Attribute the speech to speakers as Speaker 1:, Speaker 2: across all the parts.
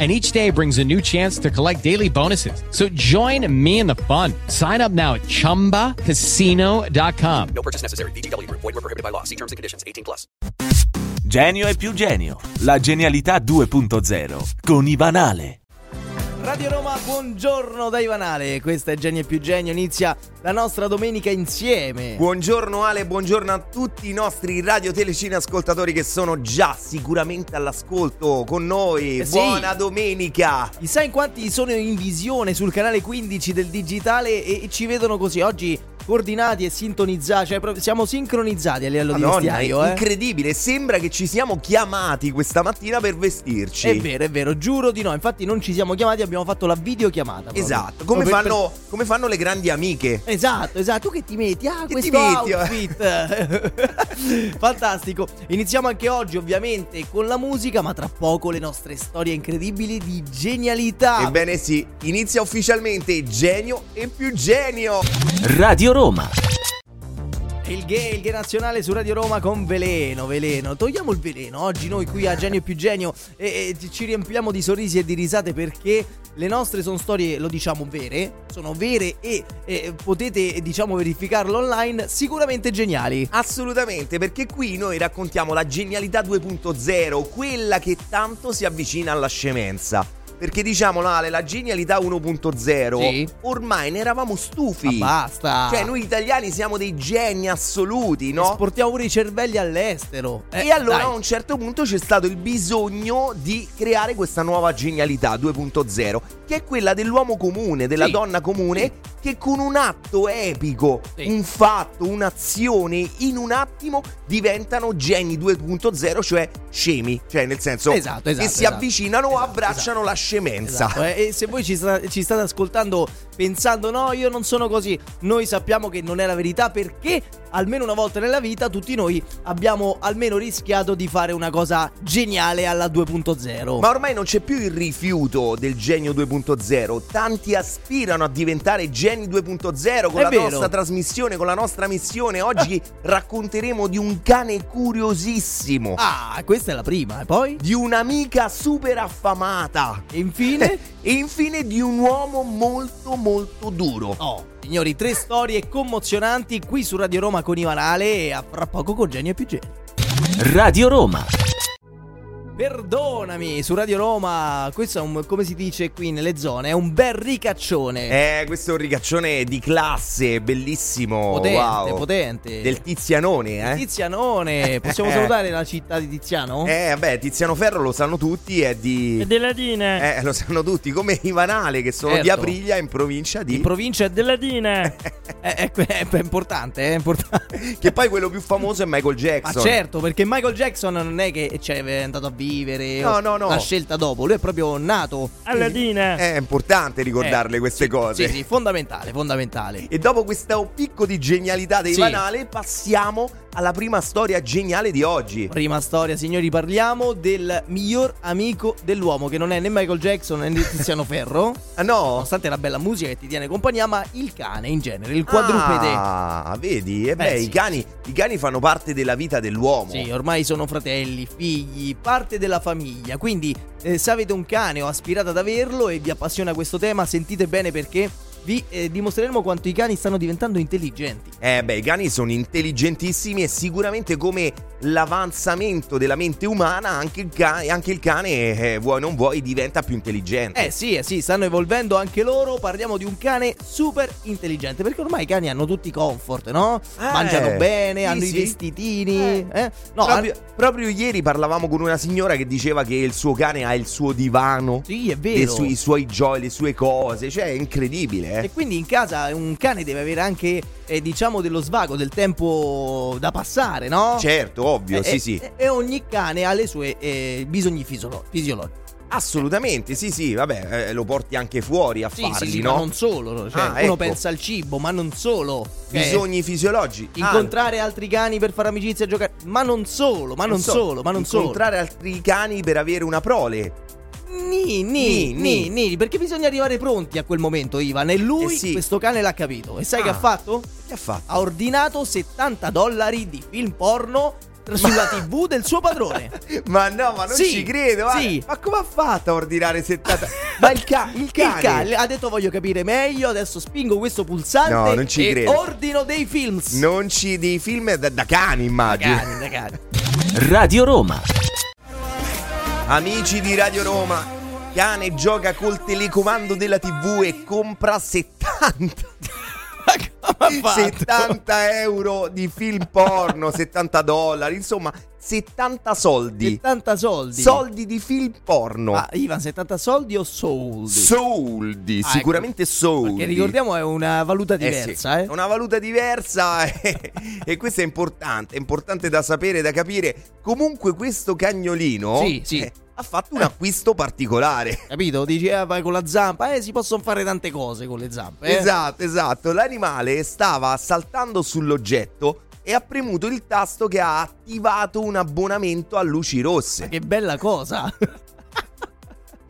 Speaker 1: and each day brings a new chance to collect daily bonuses. So join me in the fun. Sign up now at ChumbaCasino.com.
Speaker 2: No purchase necessary. VGW Group. Void were prohibited by law. See terms and conditions. 18 plus.
Speaker 3: Genio e più genio. La genialità 2.0 con Ivanale.
Speaker 4: Radio Roma, buongiorno da Ivanale, questa è Genio e più Genio, inizia la nostra domenica insieme.
Speaker 5: Buongiorno Ale, buongiorno a tutti i nostri radio telecine ascoltatori che sono già sicuramente all'ascolto con noi.
Speaker 4: Eh sì.
Speaker 5: Buona domenica!
Speaker 4: Chissà in quanti sono in visione sul canale 15 del digitale e e ci vedono così oggi coordinati e sintonizzati, cioè proprio siamo sincronizzati a livello di
Speaker 5: Madonna, è
Speaker 4: vestiario, eh.
Speaker 5: incredibile, sembra che ci siamo chiamati questa mattina per vestirci.
Speaker 4: È vero, è vero, giuro di no. Infatti non ci siamo chiamati, abbiamo fatto la videochiamata. proprio.
Speaker 5: Esatto, come
Speaker 4: Proprio per-
Speaker 5: fanno, come fanno le grandi amiche.
Speaker 4: Esatto, esatto. Tu che ti metti? Ah,
Speaker 5: Che
Speaker 4: questo
Speaker 5: ti metti, eh?
Speaker 4: outfit. Fantastico. Iniziamo anche oggi, ovviamente, con la musica, ma tra poco le nostre storie incredibili di genialità.
Speaker 5: Ebbene sì, inizia ufficialmente Genio e più Genio.
Speaker 3: Radio Roma.
Speaker 4: Il gay, il gay nazionale su Radio Roma con veleno, veleno. Togliamo il veleno. Oggi noi qui a Genio più Genio e, e ci riempiamo di sorrisi e di risate perché le nostre sono storie, lo diciamo, vere. Sono vere e, e potete, eh, diciamo, verificarlo online. Sicuramente geniali.
Speaker 5: Assolutamente, perché qui noi raccontiamo la genialità 2.0, quella che tanto si avvicina alla scemenza. Perché diciamo, Ale, la genialità 1.0,
Speaker 4: Sì.
Speaker 5: ormai ne eravamo stufi.
Speaker 4: Ma basta.
Speaker 5: Cioè, noi italiani siamo dei geni assoluti, no?
Speaker 4: Esportiamo pure i cervelli all'estero. Eh,
Speaker 5: e allora
Speaker 4: dai.
Speaker 5: a un certo punto c'è stato il bisogno di creare questa nuova genialità 2.0, che è quella dell'uomo comune, della
Speaker 4: Sì.
Speaker 5: donna comune, che con un atto epico,
Speaker 4: Sì.
Speaker 5: un fatto, un'azione, in un attimo diventano geni 2.0, cioè scemi, cioè nel senso
Speaker 4: Esatto, esatto,
Speaker 5: che si
Speaker 4: esatto.
Speaker 5: avvicinano o
Speaker 4: Esatto,
Speaker 5: abbracciano
Speaker 4: esatto.
Speaker 5: la scemenza.
Speaker 4: Esatto, eh, E se voi ci, sta- ci state ascoltando pensando no, io non sono così, noi sappiamo che non è la verità perché almeno una volta nella vita tutti noi abbiamo almeno rischiato di fare una cosa geniale alla 2.0.
Speaker 5: Ma ormai non c'è più il rifiuto del genio 2.0, tanti aspirano a diventare geni 2.0 con
Speaker 4: È
Speaker 5: la
Speaker 4: vero.
Speaker 5: nostra trasmissione, con la nostra missione. Oggi racconteremo di un cane curiosissimo,
Speaker 4: Ah, questa è la prima, e poi?
Speaker 5: di un'amica super affamata
Speaker 4: E infine?
Speaker 5: e infine di un uomo molto molto duro.
Speaker 4: Oh, signori, tre storie comozionanti qui su Radio Roma con Ivanale e a fra poco con Genio e più Genio.
Speaker 3: Radio Roma.
Speaker 4: Perdonami, su Radio Roma, questo è un, come si dice qui nelle zone, è un bel ricaccione.
Speaker 5: Eh, questo è un ricaccione di classe, bellissimo.
Speaker 4: potente,
Speaker 5: wow.
Speaker 4: potente.
Speaker 5: Del Tizianone, eh.
Speaker 4: Tizianone, possiamo salutare la città di Tiziano?
Speaker 5: eh, vabbè, Tiziano Ferro lo sanno tutti, è di...
Speaker 6: Deladine,
Speaker 5: Eh, lo sanno tutti, come Ivanale che sono di
Speaker 4: Certo.
Speaker 5: Aprilia in provincia di...
Speaker 4: In provincia di...
Speaker 6: Deladine.
Speaker 4: eh, eh, que- è, importante, eh, è importante.
Speaker 5: che poi quello più famoso è Michael
Speaker 4: Ma
Speaker 5: Jackson.
Speaker 4: certo, perché Michael Jackson non è che cioè, è andato a vivere
Speaker 5: No,
Speaker 4: o-
Speaker 5: no, no.
Speaker 4: la scelta dopo, lui è proprio nato.
Speaker 6: Alladine.
Speaker 5: Eh, È importante ricordarle
Speaker 4: Eh,
Speaker 5: queste
Speaker 4: sì,
Speaker 5: cose.
Speaker 4: Sì, sì, fondamentale, fondamentale.
Speaker 5: E dopo questo picco di genialità dei
Speaker 4: Sì.
Speaker 5: Ivanale passiamo alla prima storia geniale di oggi.
Speaker 4: Prima storia, signori, parliamo del miglior amico dell'uomo, che non è né Michael Jackson né Tiziano Ferro,
Speaker 5: Ah no?
Speaker 4: nonostante la bella musica che ti tiene compagnia, ma il cane in genere, il quadrupede.
Speaker 5: Ah, vedi? E
Speaker 4: Beh,
Speaker 5: beh,
Speaker 4: sì.
Speaker 5: i, cani, i cani fanno parte della vita dell'uomo.
Speaker 4: Sì, ormai sono fratelli, figli, parte della famiglia. Quindi, eh, se avete un cane o aspirate ad averlo e vi appassiona questo tema, sentite bene perché vi eh, dimostreremo quanto i cani stanno diventando intelligenti.
Speaker 5: Eh beh, i cani sono intelligentissimi e sicuramente come l'avanzamento della mente umana, anche il cane, anche il cane eh, vuoi non vuoi, diventa più intelligente.
Speaker 4: Eh sì, eh sì, stanno evolvendo anche loro. Parliamo di un cane super intelligente. Perché ormai i cani hanno tutti i comfort, no?
Speaker 5: Eh,
Speaker 4: Mangiano bene,
Speaker 5: sì,
Speaker 4: hanno i
Speaker 5: sì.
Speaker 4: vestitini.
Speaker 5: Eh.
Speaker 4: eh? No,
Speaker 5: proprio,
Speaker 4: han-
Speaker 5: proprio ieri parlavamo con una signora che diceva che il suo cane ha il suo divano,
Speaker 4: sì, è
Speaker 5: le
Speaker 4: vero.
Speaker 5: sue- i suoi giochi, le sue cose, cioè è incredibile. eh.
Speaker 4: E quindi in casa un cane deve avere anche, eh, diciamo, dello svago, del tempo da passare, no?
Speaker 5: Certo, ovvio,
Speaker 4: Eh,
Speaker 5: sì,
Speaker 4: eh,
Speaker 5: sì.
Speaker 4: eh, E ogni cane ha le sue eh, bisogni fisiolo- fisiologici.
Speaker 5: Assolutamente, sì, sì, vabbè, eh, lo porti anche fuori a
Speaker 4: Sì,
Speaker 5: farli,
Speaker 4: sì, sì,
Speaker 5: no?
Speaker 4: ma non solo. Cioè,
Speaker 5: Ah,
Speaker 4: uno
Speaker 5: ecco.
Speaker 4: pensa al cibo, ma non solo. Eh,
Speaker 5: Bisogni fisiologici. Ah,
Speaker 4: Incontrare altri cani per fare amicizia e giocare. Ma non solo, ma non,
Speaker 5: Ah, so,
Speaker 4: solo, ma non solo.
Speaker 5: Incontrare altri cani per avere una prole.
Speaker 4: Ni, ni, ni, ni, perché bisogna arrivare pronti a quel momento, Ivan. E lui,
Speaker 5: Eh sì.
Speaker 4: questo cane, l'ha capito. E sai che
Speaker 5: Ah.
Speaker 4: ha fatto?
Speaker 5: Che ha fatto?
Speaker 4: Ha ordinato 70 dollari di film porno tra- sulla TV del suo padrone.
Speaker 5: Ma no, ma non
Speaker 4: Sì,
Speaker 5: ci credo. ma-
Speaker 4: sì.
Speaker 5: Ma come ha fatto a ordinare 70? ma il, ca- il cane.
Speaker 4: Il cane ha detto voglio capire meglio, adesso spingo questo pulsante
Speaker 5: No, non ci
Speaker 4: e
Speaker 5: credo.
Speaker 4: ordino dei films.
Speaker 5: Non ci dei film da, da cani, immagino.
Speaker 4: Cani, ragazzi.
Speaker 3: Radio Roma.
Speaker 5: Amici di Radio Roma, cane gioca col telecomando della TV e compra 70.
Speaker 4: Ma va.
Speaker 5: 70 euro di film porno, 70 dollari, insomma, 70 soldi.
Speaker 4: 70 soldi.
Speaker 5: Soldi di film porno.
Speaker 4: Ah, Ivan, 70 soldi o soldi?
Speaker 5: Soldi,
Speaker 4: Ah,
Speaker 5: sicuramente soldi.
Speaker 4: Che ricordiamo è una valuta
Speaker 5: Eh sì,
Speaker 4: diversa, eh.
Speaker 5: Una valuta diversa eh, e questo è importante, è importante da sapere, da capire. Comunque questo cagnolino
Speaker 4: Sì, sì.
Speaker 5: eh, ha fatto un acquisto particolare.
Speaker 4: Capito? Dici, ah, vai con la zampa. Eh, si possono fare tante cose con le zampe. eh.
Speaker 5: Esatto, esatto. L'animale stava saltando sull'oggetto e ha premuto il tasto che ha attivato un abbonamento a luci rosse.
Speaker 4: Che bella cosa.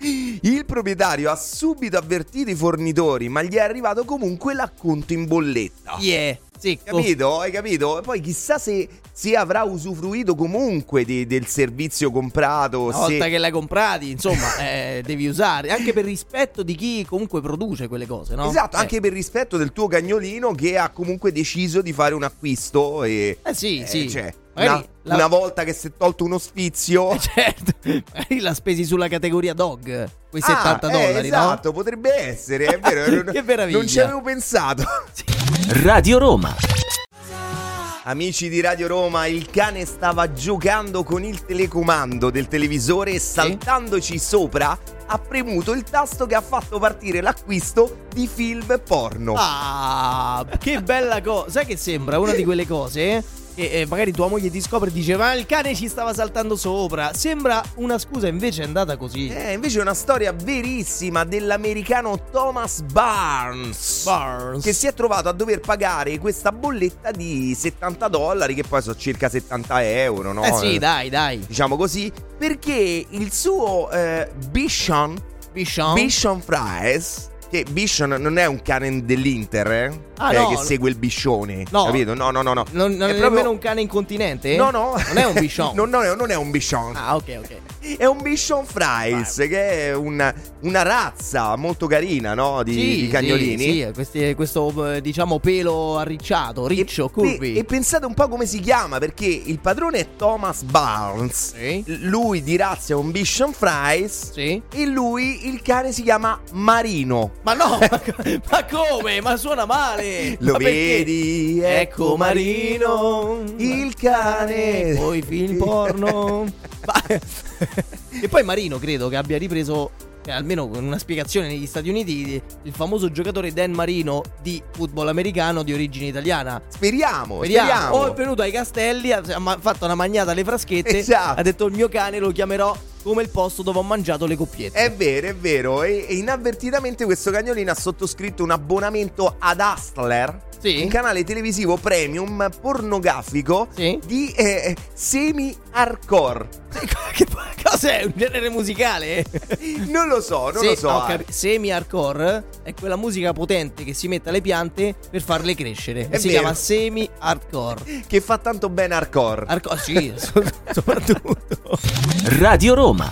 Speaker 5: Il proprietario ha subito avvertito i fornitori, ma gli è arrivato comunque l'acconto in bolletta.
Speaker 4: Yeah, zicco.
Speaker 5: Capito? Hai capito? E Poi chissà se, se avrà usufruito comunque di- del servizio comprato.
Speaker 4: Una
Speaker 5: se-
Speaker 4: volta che l'hai comprati, insomma, eh, devi usare. Anche per rispetto di chi comunque produce quelle cose, no?
Speaker 5: Esatto,
Speaker 4: Eh.
Speaker 5: anche per rispetto del tuo cagnolino che ha comunque deciso di fare un acquisto. E,
Speaker 4: Eh sì,
Speaker 5: eh,
Speaker 4: sì.
Speaker 5: cioè, una,
Speaker 4: Magari la-
Speaker 5: una volta che si è tolto uno sfizio.
Speaker 4: Eh, certo. Magari l'ha spesi sulla categoria dog. Quei 70
Speaker 5: Ah, eh,
Speaker 4: dollari, no?
Speaker 5: esatto, potrebbe essere, è vero. non-
Speaker 4: Che meraviglia.
Speaker 5: Non ci avevo pensato.
Speaker 3: Radio Roma.
Speaker 5: Amici di Radio Roma, il cane stava giocando con il telecomando del televisore e saltandoci sopra ha premuto il tasto che ha fatto partire l'acquisto di film porno.
Speaker 4: Ah, che bella cosa. Sai che sembra una di quelle cose eh, che eh, magari tua moglie ti scopre e dice ma il cane ci stava saltando sopra. Sembra una scusa, invece è andata così.
Speaker 5: Eh, invece è una storia verissima dell'americano Thomas Barnes.
Speaker 4: Barnes.
Speaker 5: Che si è trovato a dover pagare questa bolletta di 70 dollari, che poi sono circa 70 euro, no?
Speaker 4: Eh sì, dai, dai.
Speaker 5: Diciamo così, perché il suo eh, Bishon
Speaker 4: Bichon.
Speaker 5: Bishon Fries. Che Bishon non è un cane dell'Inter, eh?
Speaker 4: Ah,
Speaker 5: Eh,
Speaker 4: no,
Speaker 5: che
Speaker 4: no.
Speaker 5: segue il biscione.
Speaker 4: No.
Speaker 5: Capito? No, no, no, no.
Speaker 4: non, non è
Speaker 5: proprio-
Speaker 4: nemmeno un cane incontinente? eh?
Speaker 5: No, no.
Speaker 4: Non è un bichon.
Speaker 5: non, non è, non è un Bishon.
Speaker 4: Ah, ok, ok.
Speaker 5: È un Bishon Fries, che è una, una razza molto carina, no? Di, di cagnolini.
Speaker 4: Sì, sì, questi- questo eh, diciamo pelo arricciato, riccio, curvi.
Speaker 5: E, e pensate un po' come si chiama, perché il padrone è Thomas Barnes.
Speaker 4: Sì.
Speaker 5: L- Lui di razza è un Bishon Fries.
Speaker 4: Sì.
Speaker 5: E lui, il cane, si chiama Marino.
Speaker 4: Ma no, ma, co- ma come? Ma suona male!
Speaker 5: Lo
Speaker 4: Ma perché?
Speaker 5: vedi, ecco Marino, il cane.
Speaker 4: Poi film porno. Ma- e poi Marino credo che abbia ripreso, eh, almeno con una spiegazione negli Stati Uniti, il famoso giocatore Dan Marino di football americano di origine italiana.
Speaker 5: Speriamo,
Speaker 4: Vediamo.
Speaker 5: speriamo.
Speaker 4: O Oh, è venuto ai Castelli, ha ha ma- fatto una magnata alle fraschette,
Speaker 5: Esatto.
Speaker 4: ha detto il mio cane lo chiamerò come il posto dove ho mangiato le coppiette.
Speaker 5: È vero, è vero. E, e inavvertitamente questo cagnolino ha sottoscritto un abbonamento ad Hustler.
Speaker 4: Sì.
Speaker 5: Un canale televisivo premium pornografico
Speaker 4: Sì.
Speaker 5: di eh, semi-hardcore.
Speaker 4: che cos'è? Un genere musicale?
Speaker 5: Non lo so, non
Speaker 4: Se-
Speaker 5: lo so. eh,
Speaker 4: ho capi- semi-hardcore è quella musica potente che si mette alle piante per farle crescere.
Speaker 5: È
Speaker 4: si
Speaker 5: vero.
Speaker 4: chiama semi-hardcore.
Speaker 5: Che fa tanto bene hardcore.
Speaker 4: Hardcore, sì, so- soprattutto.
Speaker 3: Radio Roma.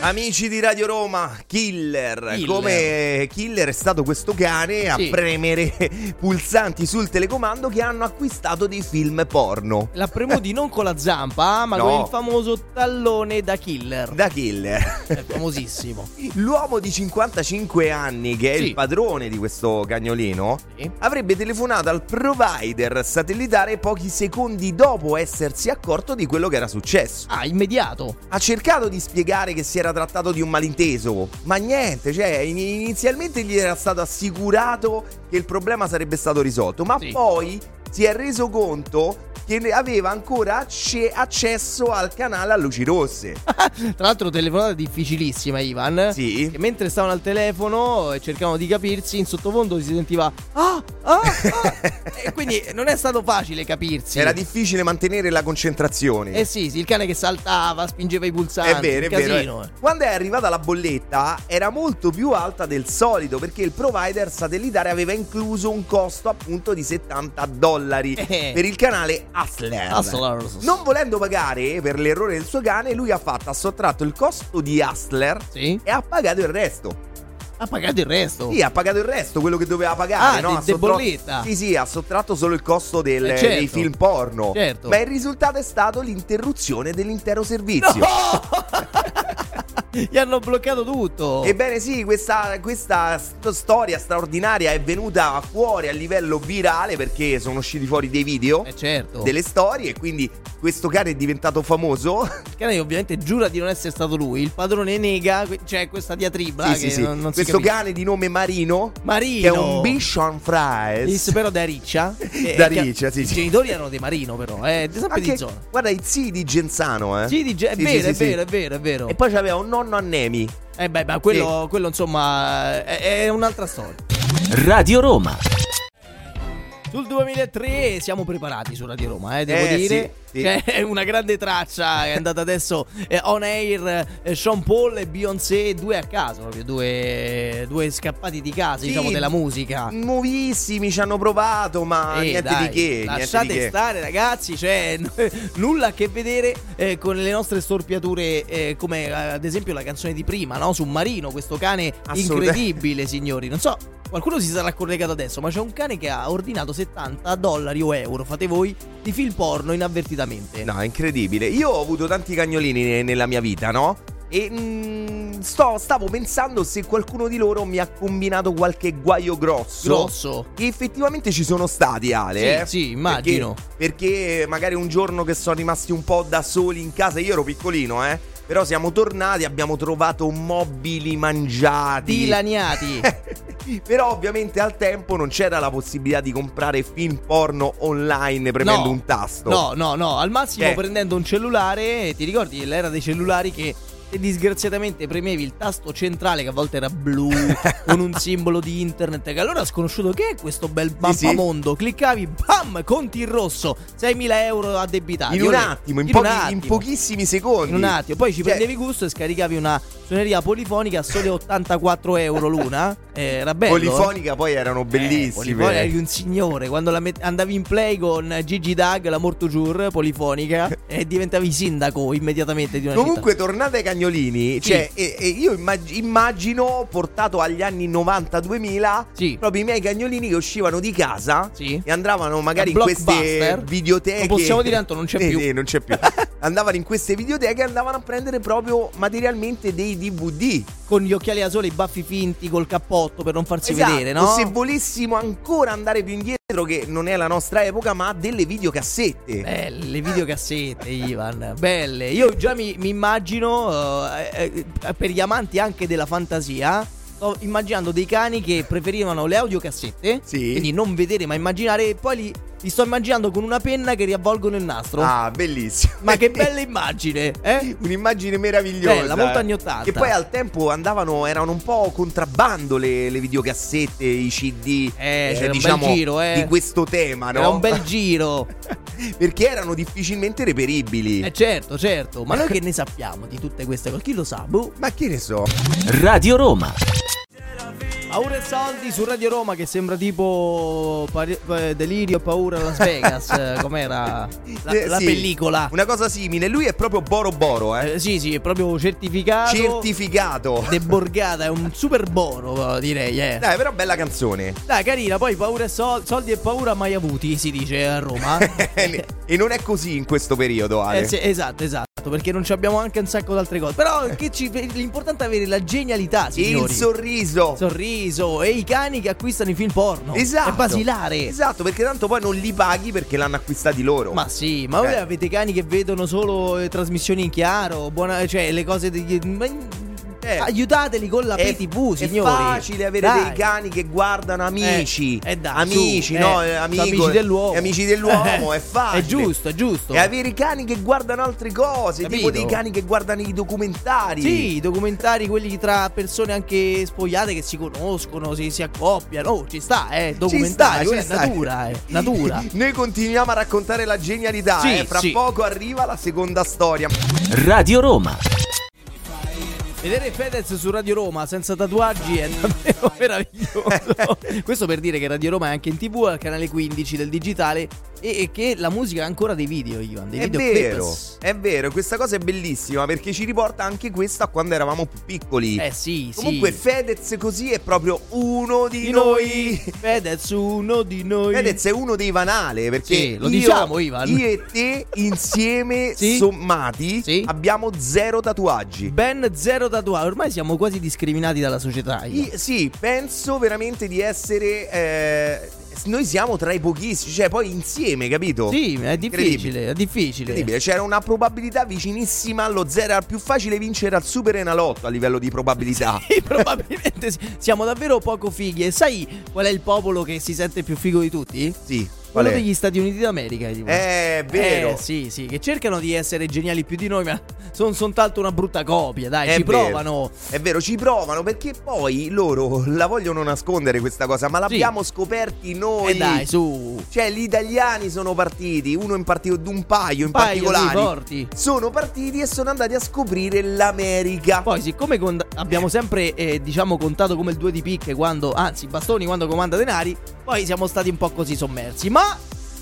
Speaker 5: Amici di Radio Roma, Killer.
Speaker 4: Killer.
Speaker 5: Come Killer è stato questo cane a
Speaker 4: Sì.
Speaker 5: premere pulsanti sul telecomando che hanno acquistato dei film porno.
Speaker 4: La premuti non con la zampa, ma
Speaker 5: No.
Speaker 4: con il famoso tallone da killer.
Speaker 5: Da Killer.
Speaker 4: È famosissimo.
Speaker 5: L'uomo di 55 anni, che è
Speaker 4: Sì.
Speaker 5: il padrone di questo cagnolino,
Speaker 4: Sì.
Speaker 5: avrebbe telefonato al provider satellitare pochi secondi dopo essersi accorto di quello che era successo.
Speaker 4: Ah, immediato.
Speaker 5: Ha cercato di spiegare che si era trattato di un malinteso, ma niente, cioè in- inizialmente gli era stato assicurato che il problema sarebbe stato risolto, ma
Speaker 4: Sì.
Speaker 5: poi si è reso conto che ne aveva ancora acce- accesso al canale a luci rosse.
Speaker 4: Tra l'altro telefonata difficilissima, Ivan.
Speaker 5: Sì.
Speaker 4: Che mentre stavano al telefono e cercavano di capirsi, in sottofondo si sentiva "Ah, ah, ah!" e quindi non è stato facile capirsi.
Speaker 5: Era difficile mantenere la concentrazione.
Speaker 4: Eh sì, sì, il cane che saltava, spingeva i pulsanti.
Speaker 5: È vero, è
Speaker 4: un
Speaker 5: vero.
Speaker 4: casino,
Speaker 5: eh. Quando è arrivata la bolletta era molto più alta del solito perché il provider satellitare aveva incluso un costo appunto di 70 dollari
Speaker 4: Eh.
Speaker 5: per il canale Hustler.
Speaker 4: Hustler.
Speaker 5: Non volendo pagare per l'errore del suo cane, lui ha fatto, ha sottratto il costo di Hustler
Speaker 4: Sì.
Speaker 5: e ha pagato il resto.
Speaker 4: Ha pagato il resto.
Speaker 5: Sì, Eh. ha pagato il resto, quello che doveva pagare. no?
Speaker 4: Oh. Ah, de-
Speaker 5: Ha
Speaker 4: de
Speaker 5: sottratto-
Speaker 4: bolletta.
Speaker 5: Sì, sì, ha sottratto solo il costo del-
Speaker 4: Eh, certo.
Speaker 5: dei film porno.
Speaker 4: Certo.
Speaker 5: Ma il risultato è stato l'interruzione dell'intero servizio.
Speaker 4: Gli hanno bloccato tutto.
Speaker 5: Ebbene sì, questa, questa st- storia straordinaria è venuta fuori a livello virale perché sono usciti fuori dei video,
Speaker 4: Eh certo.
Speaker 5: delle storie e quindi questo cane è diventato famoso.
Speaker 4: Il cane ovviamente giura di non essere stato lui. Il padrone nega, que- c'è questa diatriba
Speaker 5: Sì, sì,
Speaker 4: che
Speaker 5: sì.
Speaker 4: non, non si
Speaker 5: questo
Speaker 4: capisce.
Speaker 5: cane di nome Marino,
Speaker 4: Marino.
Speaker 5: che è un Bichon Fries.
Speaker 4: Is, però da riccia. Eh,
Speaker 5: Da
Speaker 4: eh, che-
Speaker 5: riccia, sì,
Speaker 4: I
Speaker 5: sì.
Speaker 4: genitori erano dei Marino, però. Eh, sempre di
Speaker 5: Anche,
Speaker 4: zona.
Speaker 5: Ah, guarda, i zii di Genzano, eh.
Speaker 4: Sì, di ge- è,
Speaker 5: Sì,
Speaker 4: vero,
Speaker 5: sì,
Speaker 4: è
Speaker 5: sì.
Speaker 4: vero, è vero, è vero,
Speaker 5: E poi c'aveva un nonno Annemi.
Speaker 4: Eh beh, ma quello, quello, insomma è, è un'altra storia.
Speaker 3: Radio Roma.
Speaker 4: Sul 2003 siamo preparati su Radio Roma, eh, devo
Speaker 5: Eh,
Speaker 4: dire.
Speaker 5: sì, sì.
Speaker 4: C'è una grande traccia è andata adesso eh, on air eh, Sean Paul e Beyoncé, due a caso, proprio due, due scappati di casa, diciamo,
Speaker 5: Sì,
Speaker 4: della musica.
Speaker 5: Nuovissimi, ci hanno provato, ma
Speaker 4: Eh,
Speaker 5: niente
Speaker 4: dai,
Speaker 5: di che.
Speaker 4: lasciate
Speaker 5: niente di che.
Speaker 4: stare ragazzi, cioè n- nulla a che vedere eh, con le nostre storpiature eh, come eh, ad esempio la canzone di prima, no? Su Marino, questo cane
Speaker 5: Assolutamente.
Speaker 4: incredibile signori, non so, qualcuno si sarà collegato adesso, ma c'è un cane che ha ordinato 70 dollari o euro, fate voi, di film porno inavvertitamente.
Speaker 5: No, è incredibile. Io ho avuto tanti cagnolini ne- nella mia vita, no? E mm, sto- stavo pensando se qualcuno di loro mi ha combinato qualche guaio grosso.
Speaker 4: Grosso.
Speaker 5: Che effettivamente ci sono stati, Ale.
Speaker 4: Sì,
Speaker 5: eh?
Speaker 4: sì, immagino.
Speaker 5: Perché, perché magari un giorno che sono rimasti un po' da soli in casa, io ero piccolino, eh. Però siamo tornati, abbiamo trovato mobili mangiati.
Speaker 4: Dilaniati.
Speaker 5: Però ovviamente al tempo non c'era la possibilità di comprare film porno online premendo
Speaker 4: No,
Speaker 5: un tasto.
Speaker 4: No, no, no, al massimo
Speaker 5: Eh.
Speaker 4: prendendo un cellulare, ti ricordi l'era dei cellulari che se disgraziatamente premevi il tasto centrale che a volte era blu con un simbolo di internet che allora sconosciuto che è questo bel
Speaker 5: sì.
Speaker 4: mappamondo, cliccavi bam, conti in rosso, 6.000 euro addebitati.
Speaker 5: In un
Speaker 4: Ora-
Speaker 5: attimo, in,
Speaker 4: un
Speaker 5: pochi- in
Speaker 4: attimo.
Speaker 5: pochissimi secondi.
Speaker 4: In un attimo, poi ci
Speaker 5: Cioè,
Speaker 4: prendevi gusto e scaricavi una suoneria polifonica a sole 84 euro l'una. Eh, era bello. eh?
Speaker 5: Polifonica poi erano
Speaker 4: Eh, Polifoni-
Speaker 5: bellissime.
Speaker 4: eri un signore. Quando la met- andavi in play con Gigi Dag, la Mortugiur, polifonica, e diventavi sindaco immediatamente di una
Speaker 5: Comunque, tornate ai cagnolini.
Speaker 4: Sì.
Speaker 5: Cioè, e- e io immag- immagino, portato agli anni 90-2000,
Speaker 4: Sì.
Speaker 5: proprio i miei cagnolini che uscivano di casa
Speaker 4: Sì.
Speaker 5: e andavano magari
Speaker 4: A
Speaker 5: in queste
Speaker 4: Blockbuster.
Speaker 5: videoteche.
Speaker 4: Lo possiamo dire, tanto non c'è
Speaker 5: Eh,
Speaker 4: più.
Speaker 5: sì, non c'è più. andavano in queste videoteche e andavano a prendere proprio materialmente dei DVD.
Speaker 4: città. Con gli occhiali da sole, i baffi finti, col cappotto per non farsi
Speaker 5: Esatto,
Speaker 4: vedere, no?
Speaker 5: Se volessimo ancora andare più indietro, che non è la nostra epoca, ma delle videocassette.
Speaker 4: Belle le videocassette, Ivan, belle. Io già mi, mi immagino, eh, eh, per gli amanti anche della fantasia, sto immaginando dei cani che preferivano le audiocassette,
Speaker 5: Sì.
Speaker 4: quindi non vedere ma immaginare, e poi li, li sto immaginando con una penna che riavvolgono il nastro.
Speaker 5: Ah, bellissimo.
Speaker 4: Ma che bella immagine, eh?
Speaker 5: Un'immagine meravigliosa.
Speaker 4: Bella, molto anni 80.
Speaker 5: Che poi al tempo andavano, erano un po' contrabbando le, le videocassette, i CD.
Speaker 4: Eh, c'era un bel
Speaker 5: diciamo,
Speaker 4: giro, eh.
Speaker 5: Di questo tema, no?
Speaker 4: Era un bel giro.
Speaker 5: Perché erano difficilmente reperibili.
Speaker 4: Eh certo, certo. Ma noi che ne sappiamo di tutte queste cose? Chi lo sa? Boh.
Speaker 5: Ma che ne so?
Speaker 3: Radio Roma.
Speaker 4: Paura e soldi su Radio Roma che sembra tipo pari- eh, delirio, paura a Las Vegas. eh, Com'era la,
Speaker 5: Eh,
Speaker 4: la
Speaker 5: sì,
Speaker 4: pellicola?
Speaker 5: Una cosa simile. Lui è proprio Boro Boro, eh.
Speaker 4: Eh, sì, sì, è proprio certificato.
Speaker 5: Certificato.
Speaker 4: Deborgata, è un super boro, direi. Eh.
Speaker 5: Dai, però bella canzone.
Speaker 4: Dai, carina, poi paura e sol- soldi e paura mai avuti, si dice a Roma. Eh,
Speaker 5: e non è così in questo periodo, Ale.
Speaker 4: sì, esatto, esatto, perché non ci abbiamo anche un sacco di altre cose. Però che ci- l'importante è avere la genialità, signori.
Speaker 5: Eh. Il sorriso.
Speaker 4: sorriso e i cani che acquistano i film porno.
Speaker 5: Esatto.
Speaker 4: È basilare.
Speaker 5: Esatto, perché tanto poi non li paghi perché l'hanno acquistati loro.
Speaker 4: Ma sì, ma voi
Speaker 5: Eh.
Speaker 4: avete cani che vedono solo eh, trasmissioni in chiaro, buona- cioè le cose di... ma-
Speaker 5: Eh.
Speaker 4: Aiutateli con la
Speaker 5: è,
Speaker 4: PTV,
Speaker 5: è
Speaker 4: signori.
Speaker 5: facile avere
Speaker 4: Dai.
Speaker 5: dei cani che guardano amici.
Speaker 4: Eh, eh dai,
Speaker 5: amici,
Speaker 4: su,
Speaker 5: no?
Speaker 4: eh,
Speaker 5: eh, amico,
Speaker 4: amici dell'uomo.
Speaker 5: eh, Amici dell'uomo,
Speaker 4: Eh,
Speaker 5: è facile.
Speaker 4: È giusto, è giusto.
Speaker 5: E avere i cani che guardano altre cose, tipo
Speaker 4: Capito?
Speaker 5: dei cani che guardano i documentari.
Speaker 4: Sì, i documentari, quelli tra persone anche spogliate che si conoscono, si, si accoppiano. Oh, ci sta, eh. Documentari,
Speaker 5: ci
Speaker 4: quella è
Speaker 5: sta.
Speaker 4: natura, eh. Natura.
Speaker 5: Noi continuiamo a raccontare la genialità.
Speaker 4: Sì,
Speaker 5: eh, Fra
Speaker 4: sì.
Speaker 5: poco arriva la seconda storia.
Speaker 3: Radio Roma.
Speaker 4: Vedere Fedez su Radio Roma senza tatuaggi è davvero meraviglioso. Questo per dire che Radio Roma è anche in tv al canale 15 del digitale e, e che la musica ha ancora dei video, Ivan, dei
Speaker 5: È
Speaker 4: video
Speaker 5: vero,
Speaker 4: clips.
Speaker 5: è vero, questa cosa è bellissima perché ci riporta anche questa a quando eravamo più piccoli.
Speaker 4: Eh sì, sì.
Speaker 5: Comunque Fedez così è proprio uno di,
Speaker 4: di
Speaker 5: noi.
Speaker 4: noi, Fedez uno di noi.
Speaker 5: Fedez è uno dei vanale perché
Speaker 4: Sì, lo
Speaker 5: io,
Speaker 4: diciamo, Ivan.
Speaker 5: io e te insieme
Speaker 4: Sì.
Speaker 5: sommati
Speaker 4: Sì.
Speaker 5: abbiamo zero tatuaggi.
Speaker 4: ben zero tatuaggi. Ormai siamo quasi discriminati dalla società. Ivan.
Speaker 5: I- sì, penso veramente di essere... eh, noi siamo tra i pochissimi, cioè poi insieme, capito?
Speaker 4: Sì,
Speaker 5: Incredibile.
Speaker 4: è difficile, è difficile.
Speaker 5: Incredibile, c'era una probabilità vicinissima allo zero. Era più facile vincere al Super Enalotto a livello di probabilità.
Speaker 4: Sì, Probabilmente sì. siamo davvero poco fighi. E sai qual è il popolo che si sente più figo di tutti?
Speaker 5: Sì, qual
Speaker 4: Quello
Speaker 5: è?
Speaker 4: degli Stati Uniti d'America. tipo.
Speaker 5: Eh, è vero.
Speaker 4: Eh, sì, sì, che cercano di essere geniali più di noi, ma sono soltanto una brutta copia, dai,
Speaker 5: È
Speaker 4: ci
Speaker 5: vero.
Speaker 4: provano.
Speaker 5: È vero, ci provano perché poi loro la vogliono nascondere questa cosa, ma l'abbiamo scoperti
Speaker 4: E
Speaker 5: noi.
Speaker 4: Eh, dai, su.
Speaker 5: Cioè, gli italiani sono partiti, uno in partito, un paio in
Speaker 4: Paio, sì,
Speaker 5: particolare.
Speaker 4: forti.
Speaker 5: Sono partiti e sono andati a scoprire l'America.
Speaker 4: Poi, siccome con- abbiamo sempre, eh, diciamo, contato come il due di picche quando, anzi, bastoni quando comanda denari, poi siamo stati un po' così sommersi. Ma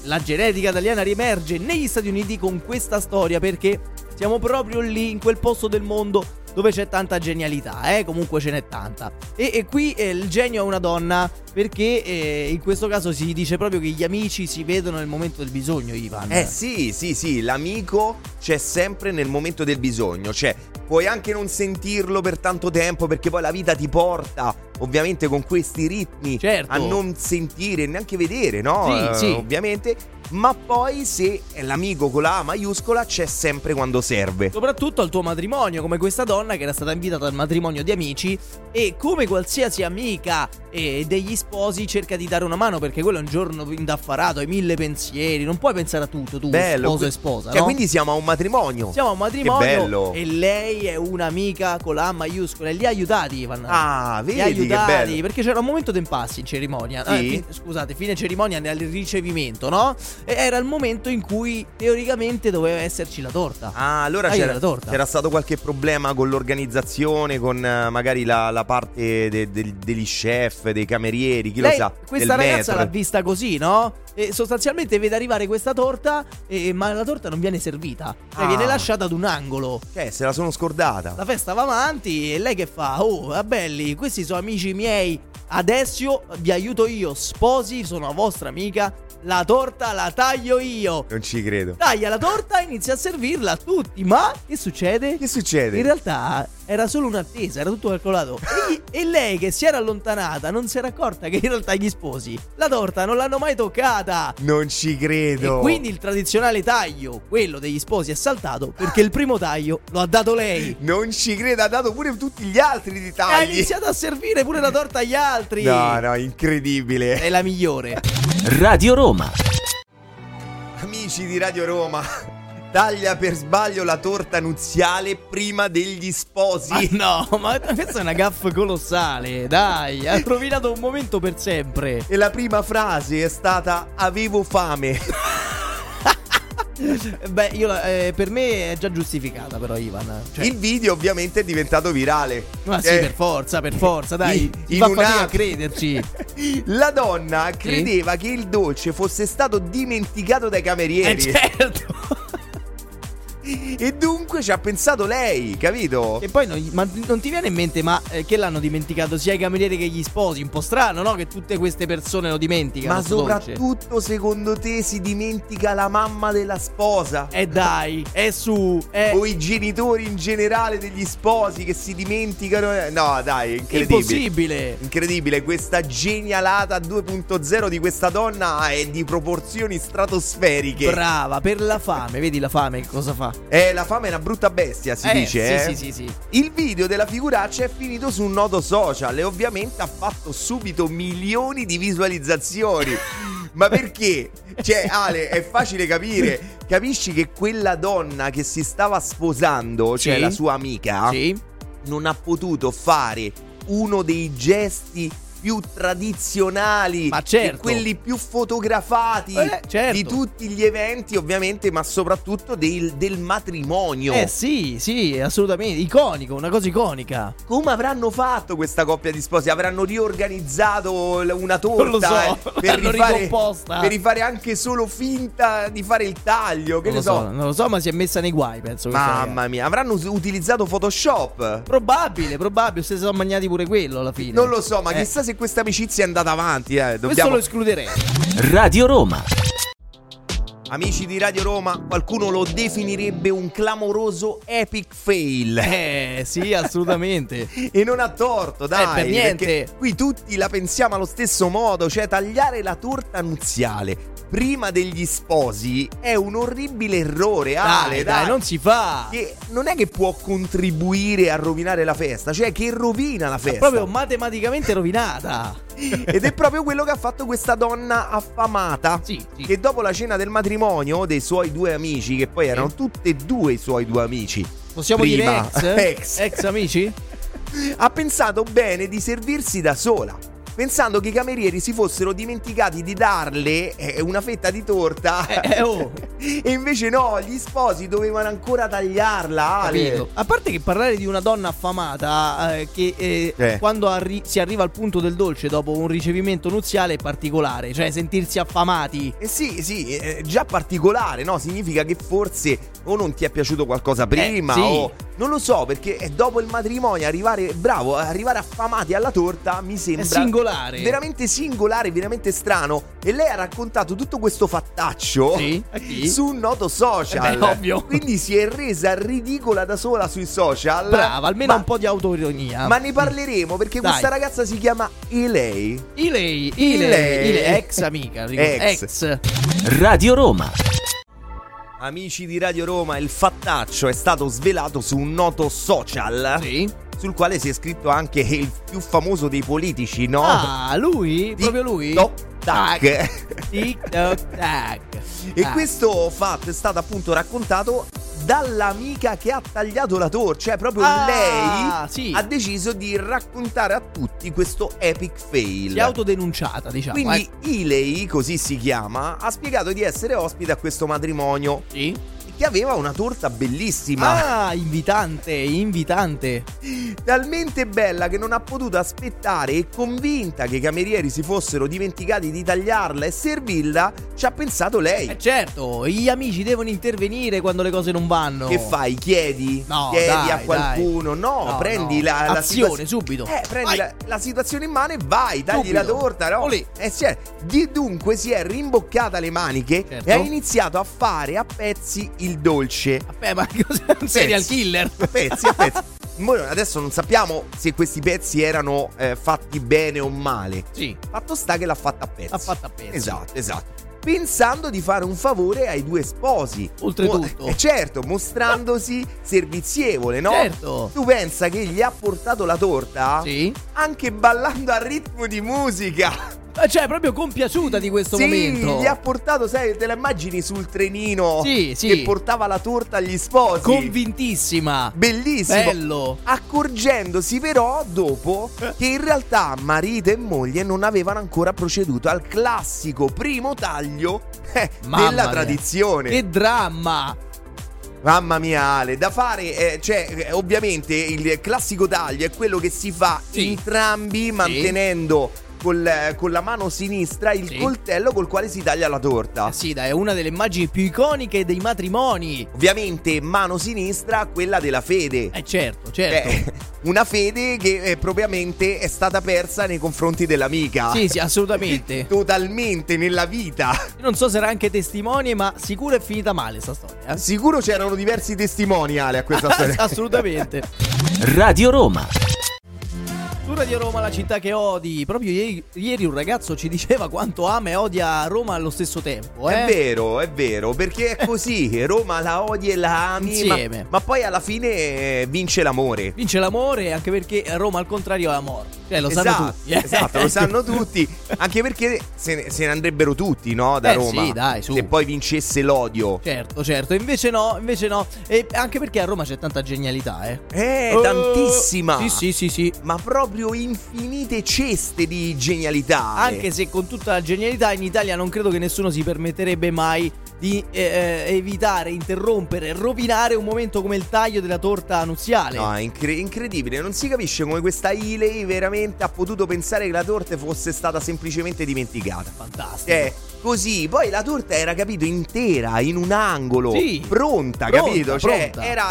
Speaker 4: la genetica italiana riemerge negli Stati Uniti con questa storia perché siamo proprio lì, in quel posto del mondo dove c'è tanta genialità, eh? Comunque ce n'è tanta. E, e qui eh, il genio è una donna perché eh, in questo caso si dice proprio che gli amici si vedono nel momento del bisogno, Ivan.
Speaker 5: Eh sì, sì, sì, l'amico c'è sempre nel momento del bisogno, cioè puoi anche non sentirlo per tanto tempo perché poi la vita ti porta ovviamente con questi ritmi
Speaker 4: Certo.
Speaker 5: a non sentire e neanche vedere, no? Eh,
Speaker 4: Sì, sì.
Speaker 5: Ovviamente, ma poi se è l'amico con la A maiuscola c'è sempre quando serve.
Speaker 4: Soprattutto al tuo matrimonio, come questa donna che era stata invitata al matrimonio di amici e come qualsiasi amica eh, degli sposi cerca di dare una mano perché quello è un giorno indaffarato, hai mille pensieri, non puoi pensare a tutto tu, sposo
Speaker 5: que-
Speaker 4: e sposa.
Speaker 5: Cioè,
Speaker 4: no?
Speaker 5: quindi siamo a un matrimonio.
Speaker 4: siamo a un matrimonio
Speaker 5: Che bello.
Speaker 4: e lei è un'amica con la A maiuscola e li ha aiutati Ivan.
Speaker 5: Ah,
Speaker 4: Li
Speaker 5: vedi
Speaker 4: ha
Speaker 5: che
Speaker 4: aiutati
Speaker 5: bello.
Speaker 4: perché c'era un momento d'impasse in cerimonia.
Speaker 5: Sì.
Speaker 4: Eh, fin- scusate, fine cerimonia nel ricevimento, no? E era il momento in cui teoricamente doveva esserci la torta.
Speaker 5: Ah, allora
Speaker 4: Dai,
Speaker 5: c'era,
Speaker 4: la torta.
Speaker 5: c'era stato qualche problema con l'organizzazione, con eh, magari la, la parte eh, de- de- degli chef, dei camerieri, chi
Speaker 4: Lei-
Speaker 5: lo sa.
Speaker 4: Questa
Speaker 5: del
Speaker 4: ragazza
Speaker 5: maître.
Speaker 4: l'ha vista così, no? E sostanzialmente vede arrivare questa torta, e- ma la torta non viene servita, cioè
Speaker 5: Ah.
Speaker 4: viene lasciata ad un angolo.
Speaker 5: Cioè, se la sono scordata.
Speaker 4: La festa va avanti e lei che fa? Oh, ah, belli, questi sono amici miei. Adesso vi aiuto io, sposi, sono vostra amica. La torta la taglio io.
Speaker 5: Non ci credo.
Speaker 4: Taglia la torta e inizia a servirla a tutti. Ma che succede?
Speaker 5: Che succede?
Speaker 4: In realtà era solo un'attesa, era tutto calcolato. E, gli- e lei che si era allontanata non si era accorta che in realtà gli sposi la torta non l'hanno mai toccata.
Speaker 5: Non ci credo.
Speaker 4: E quindi il tradizionale taglio, quello degli sposi, è saltato perché il primo taglio lo ha dato lei.
Speaker 5: Non ci credo, ha dato pure tutti gli altri di
Speaker 4: E ha
Speaker 5: tagli.
Speaker 4: iniziato a servire pure la torta agli altri.
Speaker 5: No, no, incredibile.
Speaker 4: È la migliore.
Speaker 3: Radio Roma.
Speaker 5: Amici di Radio Roma, taglia per sbaglio la torta nuziale prima degli
Speaker 4: Ma
Speaker 5: sposi.
Speaker 4: no, ma questa è una gaffa colossale. Dai, ha rovinato un momento per sempre.
Speaker 5: E la prima frase è stata avevo fame.
Speaker 4: Beh, io la- eh, per me è già giustificata, però, Ivan. Cioè,
Speaker 5: Il video ovviamente è diventato virale.
Speaker 4: ma sì,
Speaker 5: Eh,
Speaker 4: per forza, per forza, dai.
Speaker 5: in-
Speaker 4: Si
Speaker 5: in
Speaker 4: fa
Speaker 5: un
Speaker 4: fatica a
Speaker 5: attimo.
Speaker 4: crederci.
Speaker 5: La donna credeva che il dolce fosse stato dimenticato dai
Speaker 4: Eh,
Speaker 5: camerieri.
Speaker 4: certo.
Speaker 5: E dunque ci ha pensato lei, capito?
Speaker 4: E poi non, gli- ma non ti viene in mente, ma eh, che l'hanno dimenticato sia i camerieri che gli sposi? Un po' strano, no? Che tutte queste persone lo dimenticano.
Speaker 5: Ma
Speaker 4: sto dolce.
Speaker 5: soprattutto secondo te si dimentica la mamma della sposa?
Speaker 4: Eh dai, è su. È
Speaker 5: O i genitori in generale degli sposi che si dimenticano? eh? No, dai, è incredibile.
Speaker 4: impossibile.
Speaker 5: Incredibile, questa genialata 2.0 di questa donna è di proporzioni stratosferiche.
Speaker 4: Brava, per la fame. Vedi la fame che cosa fa?
Speaker 5: eh, la fame è una brutta bestia, si
Speaker 4: Eh,
Speaker 5: dice,
Speaker 4: sì,
Speaker 5: eh?
Speaker 4: sì, sì, sì.
Speaker 5: Il video della figuraccia è finito su un nodo social e ovviamente ha fatto subito milioni di visualizzazioni. Ma perché? Cioè, Ale, è facile capire. Capisci che quella donna che si stava sposando, cioè
Speaker 4: Sì.
Speaker 5: la sua amica,
Speaker 4: Sì.
Speaker 5: non ha potuto fare uno dei gesti più tradizionali
Speaker 4: Ma certo.
Speaker 5: e quelli più fotografati
Speaker 4: Eh, certo.
Speaker 5: di tutti gli eventi ovviamente ma soprattutto del, del matrimonio
Speaker 4: Eh sì, sì, assolutamente. Iconico, una cosa iconica.
Speaker 5: come avranno fatto questa coppia di sposi? Avranno riorganizzato l- una torta
Speaker 4: Non lo so,
Speaker 5: eh, per,
Speaker 4: l'hanno
Speaker 5: rifare,
Speaker 4: ricomposta.
Speaker 5: per rifare anche solo finta di fare il taglio, che
Speaker 4: Non
Speaker 5: ne
Speaker 4: lo
Speaker 5: so.
Speaker 4: so, non lo so, ma si è messa nei guai, penso. questa ragazza.
Speaker 5: Mamma mia, avranno us- utilizzato Photoshop?
Speaker 4: Probabile, probabile. Se si sono mangiati pure quello alla fine.
Speaker 5: Non lo so, ma
Speaker 4: Eh,
Speaker 5: chissà se questa amicizia è andata avanti, eh.
Speaker 4: Questo
Speaker 5: Dobbiamo...
Speaker 4: lo escluderei.
Speaker 3: Radio Roma.
Speaker 5: Amici di Radio Roma, qualcuno lo definirebbe un clamoroso epic fail.
Speaker 4: Eh sì, assolutamente.
Speaker 5: E non ha torto, dai.
Speaker 4: Eh, per niente.
Speaker 5: perché Qui tutti la pensiamo allo stesso modo, cioè tagliare la torta nuziale prima degli sposi è un orribile errore, Ale,
Speaker 4: dai, dai, non si fa.
Speaker 5: Che non è che può contribuire a rovinare la festa, cioè che rovina la festa.
Speaker 4: Proprio matematicamente rovinata.
Speaker 5: Ed è proprio quello che ha fatto questa donna affamata.
Speaker 4: Sì, sì.
Speaker 5: Che dopo la cena del matrimonio dei suoi due amici, che poi erano tutti e due i suoi due amici,
Speaker 4: Possiamo
Speaker 5: Prima.
Speaker 4: dire ex?
Speaker 5: Ex.
Speaker 4: amici?
Speaker 5: ha pensato bene di servirsi da sola. Pensando che i camerieri si fossero dimenticati di darle eh, una fetta di torta.
Speaker 4: Eh, eh, oh.
Speaker 5: e invece no, gli sposi dovevano ancora tagliarla. Ale.
Speaker 4: Capito. A parte che parlare di una donna affamata eh, che eh,
Speaker 5: Eh.
Speaker 4: quando arri- si arriva al punto del dolce dopo un ricevimento nuziale è particolare, cioè sentirsi affamati.
Speaker 5: Eh sì, sì, eh, già particolare, no? Significa che forse o non ti è piaciuto qualcosa prima
Speaker 4: Eh, sì.
Speaker 5: o non lo so, perché eh, dopo il matrimonio arrivare bravo, arrivare affamati alla torta mi sembra
Speaker 4: singolare.
Speaker 5: Veramente singolare, veramente strano e lei ha raccontato tutto questo fattaccio
Speaker 4: Sì, a chi?
Speaker 5: su un noto social.
Speaker 4: Eh beh, ovvio.
Speaker 5: Quindi si è resa ridicola da sola sui social.
Speaker 4: Brava, almeno
Speaker 5: ma,
Speaker 4: un po' di autoironia.
Speaker 5: ma ne parleremo perché
Speaker 4: Dai.
Speaker 5: questa ragazza si chiama Elei.
Speaker 4: Ilei,
Speaker 5: Ilei.
Speaker 4: Ilei, Ilei, ex amica, dico,
Speaker 5: Ex.
Speaker 4: ex.
Speaker 3: Radio Roma.
Speaker 5: Amici di Radio Roma, il fattaccio è stato svelato su un noto social
Speaker 4: Sì.
Speaker 5: sul quale si è scritto anche il più famoso dei politici, no?
Speaker 4: Ah, lui?
Speaker 5: Tic
Speaker 4: Proprio lui? Ah,
Speaker 5: toc tac.
Speaker 4: Tic toc tac.
Speaker 5: E
Speaker 4: Ah,
Speaker 5: questo fatto è stato appunto raccontato dall'amica che ha tagliato la torta, cioè proprio
Speaker 4: Ah,
Speaker 5: lei
Speaker 4: sì.
Speaker 5: ha deciso di raccontare a tutti questo epic fail.
Speaker 4: Si è autodenunciata, diciamo.
Speaker 5: Quindi
Speaker 4: eh.
Speaker 5: Ilei, così si chiama, ha spiegato di essere ospite a questo matrimonio
Speaker 4: Sì.
Speaker 5: che aveva una torta bellissima.
Speaker 4: Ah, invitante, invitante.
Speaker 5: Talmente bella che non ha potuto aspettare e convinta che i camerieri si fossero dimenticati di tagliarla e servirla, ci ha pensato lei.
Speaker 4: Eh certo, gli amici devono intervenire quando le cose non vanno.
Speaker 5: Che fai? Chiedi?
Speaker 4: No,
Speaker 5: Chiedi
Speaker 4: dai,
Speaker 5: a qualcuno?
Speaker 4: dai.
Speaker 5: No,
Speaker 4: No,
Speaker 5: prendi
Speaker 4: no.
Speaker 5: la, la
Speaker 4: Azione, subito.
Speaker 5: Eh, prendi
Speaker 4: Vai.
Speaker 5: la, la situazione in mano e vai, tagli
Speaker 4: Subito.
Speaker 5: la torta, no?
Speaker 4: Olè.
Speaker 5: Eh, sì, eh. Di- dunque si è rimboccata le maniche
Speaker 4: Certo.
Speaker 5: e ha iniziato a fare a pezzi il dolce.
Speaker 4: Vabbè, ma cos'è un serial
Speaker 5: Pezzi.
Speaker 4: killer?
Speaker 5: A pezzi, a pezzi. Mo Adesso non sappiamo se questi pezzi erano eh, fatti bene o male.
Speaker 4: Sì.
Speaker 5: Fatto sta che l'ha fatta a pezzi.
Speaker 4: L'ha fatta a pezzi.
Speaker 5: Esatto, esatto. Pensando di fare un favore ai due sposi.
Speaker 4: Oltretutto.
Speaker 5: Mo- eh, certo, mostrandosi servizievole, no?
Speaker 4: Certo.
Speaker 5: Tu pensa che gli ha portato la torta?
Speaker 4: Sì.
Speaker 5: Anche ballando a ritmo di musica.
Speaker 4: Eh, Cioè, proprio compiaciuta di questo
Speaker 5: sì,
Speaker 4: momento.
Speaker 5: gli ha portato, sai, te la immagini sul trenino
Speaker 4: Sì, sì.
Speaker 5: che portava la torta agli sposi.
Speaker 4: Convintissima.
Speaker 5: Bellissimo.
Speaker 4: Bello. Eh.
Speaker 5: Accorgendosi però dopo che in realtà marito e moglie non avevano ancora proceduto al classico primo taglio eh,
Speaker 4: Mamma
Speaker 5: della
Speaker 4: mia.
Speaker 5: tradizione.
Speaker 4: Che dramma.
Speaker 5: Mamma mia Ale, da fare, eh, cioè eh, ovviamente il classico taglio è quello che si fa
Speaker 4: Sì.
Speaker 5: entrambi mantenendo col, eh, con la mano sinistra il
Speaker 4: Sì.
Speaker 5: coltello col quale si taglia la torta.
Speaker 4: Eh Sì, dai, è una delle immagini più iconiche dei matrimoni.
Speaker 5: Ovviamente mano sinistra quella della fede.
Speaker 4: Eh certo, certo.
Speaker 5: Beh, una fede che eh, propriamente è stata persa nei confronti dell'amica.
Speaker 4: Sì, sì, assolutamente.
Speaker 5: Totalmente nella vita.
Speaker 4: Non so se era anche testimone, ma sicuro è finita male sta storia. eh.
Speaker 5: Sicuro c'erano diversi testimoni Ale a questa storia.
Speaker 4: Assolutamente.
Speaker 3: Radio Roma.
Speaker 4: Su Radio Roma, la città che odi. Proprio ieri, ieri un ragazzo ci diceva quanto ama e odia Roma allo stesso tempo. Eh?
Speaker 5: È vero, è vero, perché è così. Roma la odi e la ami, ma,
Speaker 4: Insieme.
Speaker 5: ma poi alla fine eh, vince l'amore.
Speaker 4: Vince l'amore anche perché Roma al contrario è amore. Cioè, lo sanno
Speaker 5: esatto,
Speaker 4: tutti. eh.
Speaker 5: esatto, lo sanno tutti. Anche perché se ne, se ne andrebbero tutti, no? Da
Speaker 4: Eh,
Speaker 5: Roma.
Speaker 4: sì, dai, su.
Speaker 5: Se poi vincesse l'odio.
Speaker 4: Certo, certo. Invece no, invece no. E anche perché a Roma c'è tanta genialità, eh.
Speaker 5: Eh,
Speaker 4: Oh,
Speaker 5: tantissima.
Speaker 4: Sì, sì, sì, sì.
Speaker 5: Ma proprio infinite ceste di genialità. Ale.
Speaker 4: Anche se con tutta la genialità in Italia non credo che nessuno si permetterebbe mai di eh, eh, evitare, interrompere, rovinare un momento come il taglio della torta nuziale.
Speaker 5: No, eh. è incre- incredibile, non si capisce come questa Ilei veramente ha potuto pensare che la torta fosse stata semplicemente dimenticata.
Speaker 4: Fantastico.
Speaker 5: Eh, così, poi la torta era, capito, intera, in un angolo,
Speaker 4: Sì.
Speaker 5: pronta,
Speaker 4: Pronta,
Speaker 5: capito? Cioè,
Speaker 4: pronta.
Speaker 5: era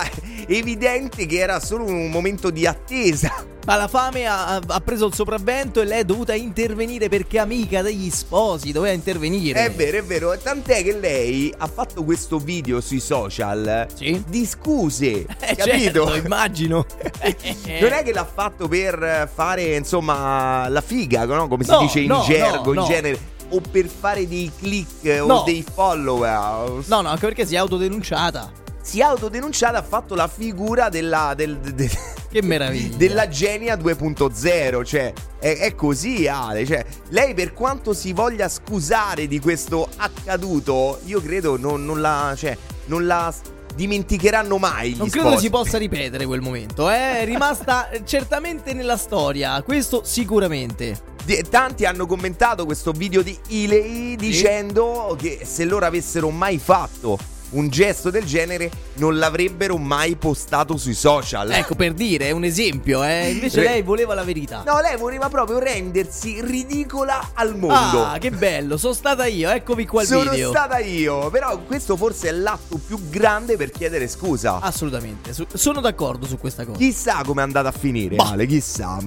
Speaker 5: evidente che era solo un momento di attesa.
Speaker 4: Ma la fame ha, ha preso il sopravvento e lei è dovuta intervenire perché amica degli sposi, doveva intervenire.
Speaker 5: È vero, è vero, tant'è che lei ha fatto questo video sui social
Speaker 4: Sì.
Speaker 5: di scuse,
Speaker 4: Eh,
Speaker 5: capito?
Speaker 4: certo, immagino. Eh.
Speaker 5: Non è che l'ha fatto per eh, fare, insomma, la figa, no? come si
Speaker 4: No,
Speaker 5: dice in
Speaker 4: no,
Speaker 5: gergo,
Speaker 4: no,
Speaker 5: in
Speaker 4: no.
Speaker 5: genere, o per fare dei click eh, o
Speaker 4: No.
Speaker 5: dei follower.
Speaker 4: No, no, anche perché si è autodenunciata.
Speaker 5: Si è autodenunciata, ha fatto la figura della, del- de- de-
Speaker 4: Che meraviglia.
Speaker 5: della Genia 2.0, cioè è, è così Ale, cioè, lei per quanto si voglia scusare di questo accaduto, io credo non, non la... Cioè, non la s- dimenticheranno mai gli
Speaker 4: Non credo
Speaker 5: sposi.
Speaker 4: si possa ripetere quel momento, eh? è rimasta eh, certamente nella storia, questo sicuramente.
Speaker 5: Di- Tanti hanno commentato questo video di Ilei dicendo che se loro avessero mai fatto un gesto del genere non l'avrebbero mai postato sui social.
Speaker 4: Ecco, per dire, è un esempio, eh? invece
Speaker 5: Re-
Speaker 4: lei voleva la verità.
Speaker 5: No, lei voleva proprio rendersi ridicola al mondo.
Speaker 4: ah, che bello, sono stata io, eccovi qua il
Speaker 5: Sono
Speaker 4: video.
Speaker 5: stata io, però questo forse è l'atto più grande per chiedere scusa.
Speaker 4: Assolutamente, su- sono d'accordo su questa cosa.
Speaker 5: Chissà come è andata a finire, Ale, chissà.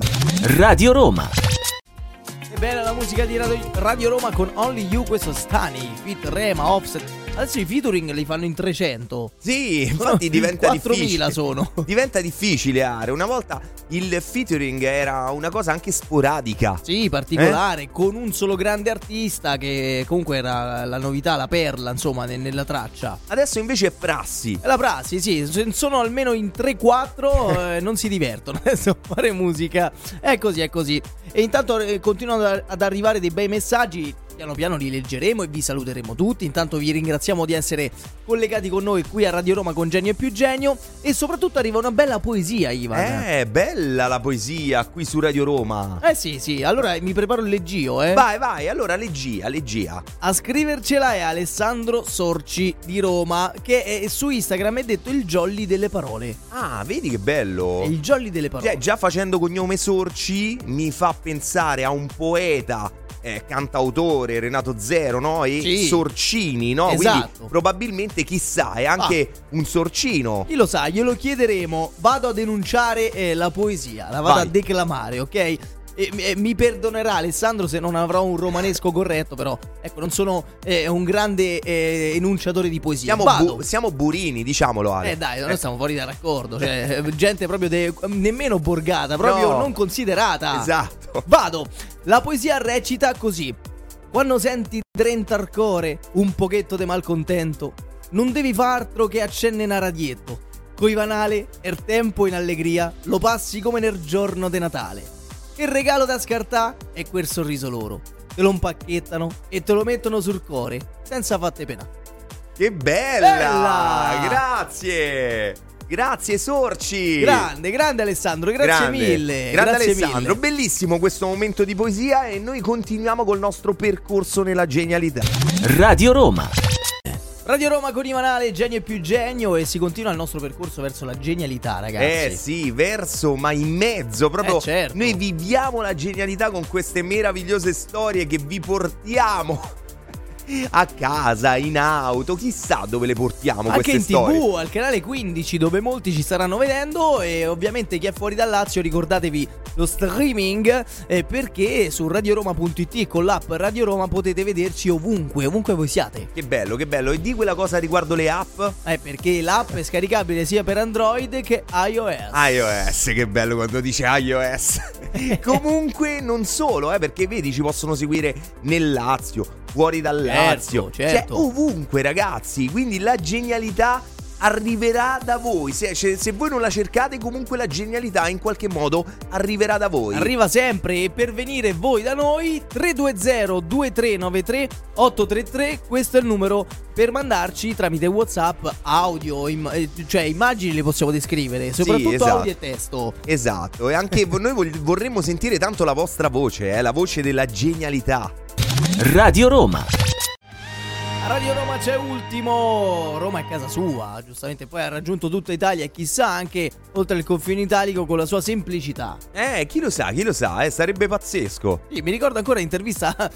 Speaker 3: Radio Roma.
Speaker 4: Che bella la musica di Radio, Radio Roma con Only You, questo Stani, Fit, Rema, Offset. Adesso i featuring li fanno in 300.
Speaker 5: Sì, infatti diventa
Speaker 4: 4.000
Speaker 5: difficile.
Speaker 4: sono.
Speaker 5: Diventa difficile, Ale. Una volta il featuring era una cosa anche sporadica.
Speaker 4: Sì, particolare,
Speaker 5: Eh?
Speaker 4: con un solo grande artista che comunque era la novità, la perla, insomma, ne- nella traccia.
Speaker 5: Adesso invece è prassi.
Speaker 4: È La prassi, sì, se sono almeno in 3-4 eh, non si divertono adesso a fare musica. È così, è così. E intanto eh, continuano ad- ad arrivare dei bei messaggi. Piano piano li leggeremo e vi saluteremo tutti. Intanto vi ringraziamo di essere collegati con noi qui a Radio Roma con Genio e più Genio. E soprattutto arriva una bella poesia, Ivan.
Speaker 5: Eh, bella la poesia qui su Radio Roma.
Speaker 4: Eh sì, sì, allora mi preparo il leggio, eh.
Speaker 5: Vai, vai, allora leggia, leggia.
Speaker 4: A scrivercela è Alessandro Sorci di Roma, che eh, su Instagram è detto il jolly delle parole.
Speaker 5: Ah, vedi che bello.
Speaker 4: Il jolly delle parole.
Speaker 5: Cioè, già facendo cognome Sorci mi fa pensare a un poeta, eh, cantautore, Renato Zero, no? E
Speaker 4: Sì.
Speaker 5: Sorcini, no?
Speaker 4: Esatto.
Speaker 5: Quindi probabilmente chissà, è anche un sorcino.
Speaker 4: Chi lo sa, glielo chiederemo. Vado a denunciare eh, la poesia, la vado
Speaker 5: Vai.
Speaker 4: a declamare, ok? E- e mi perdonerà Alessandro se non avrò un romanesco corretto, però ecco, non sono eh, un grande eh, enunciatore di poesia.
Speaker 5: Siamo,
Speaker 4: Vado.
Speaker 5: bu- siamo burini, diciamolo Ale.
Speaker 4: eh dai, noi siamo fuori da raccordo, cioè gente proprio de- nemmeno borgata, proprio
Speaker 5: No.
Speaker 4: non considerata.
Speaker 5: Esatto.
Speaker 4: Vado. La poesia recita così. Quando senti drentar core un pochetto de malcontento, non devi fartro che accenne un radietto. Coi vanale, er tempo in allegria, lo passi come nel giorno de Natale. Il regalo da scartà è quel sorriso loro. te lo impacchettano e te lo mettono sul cuore, senza fatte penali.
Speaker 5: Che bella!
Speaker 4: Bella!
Speaker 5: Grazie! Grazie Sorci!
Speaker 4: Grande, grande Alessandro, grazie
Speaker 5: Grande.
Speaker 4: mille.
Speaker 5: Grande
Speaker 4: grazie
Speaker 5: Alessandro,
Speaker 4: mille.
Speaker 5: bellissimo questo momento di poesia e noi continuiamo col nostro percorso nella genialità.
Speaker 3: Radio Roma.
Speaker 4: Radio Roma con Ivanale, genio e più genio e si continua il nostro percorso verso la genialità, ragazzi.
Speaker 5: Eh sì, verso ma in mezzo proprio.
Speaker 4: Eh, certo.
Speaker 5: Noi viviamo la genialità con queste meravigliose storie che vi portiamo a casa, in auto, chissà dove le portiamo
Speaker 4: Anche
Speaker 5: queste
Speaker 4: in
Speaker 5: storie.
Speaker 4: tv, al canale 15, dove molti ci staranno vedendo. E ovviamente chi è fuori dal Lazio, ricordatevi lo streaming. eh, perché su radioroma.it e con l'app Radio Roma potete vederci ovunque, ovunque voi siate.
Speaker 5: Che bello, che bello. E di quella cosa riguardo le app?
Speaker 4: Eh, perché l'app è scaricabile sia per Android che iOS.
Speaker 5: Ah, iOS, che bello quando dice iOS. Comunque non solo, eh, perché vedi ci possono seguire nel Lazio, fuori dal
Speaker 4: Certo,
Speaker 5: Lazio,
Speaker 4: certo.
Speaker 5: cioè ovunque ragazzi, quindi la genialità arriverà da voi, se, se- se voi non la cercate comunque la genialità in qualche modo arriverà da voi.
Speaker 4: Arriva sempre e per venire voi da noi 320-2393-833 questo è il numero per mandarci tramite Whatsapp audio, im- eh, cioè immagini le possiamo descrivere, soprattutto
Speaker 5: esatto.
Speaker 4: audio e testo.
Speaker 5: Esatto, e anche vo- noi vol- vorremmo sentire tanto la vostra voce, eh, la voce della genialità.
Speaker 3: Radio Roma.
Speaker 4: A Radio Roma c'è ultimo, Roma è casa sua, giustamente poi ha raggiunto tutta Italia e chissà anche oltre il confine italico con la sua semplicità.
Speaker 5: Eh, chi lo sa, chi lo sa, eh, sarebbe pazzesco.
Speaker 4: Sì, mi ricordo ancora l'intervista,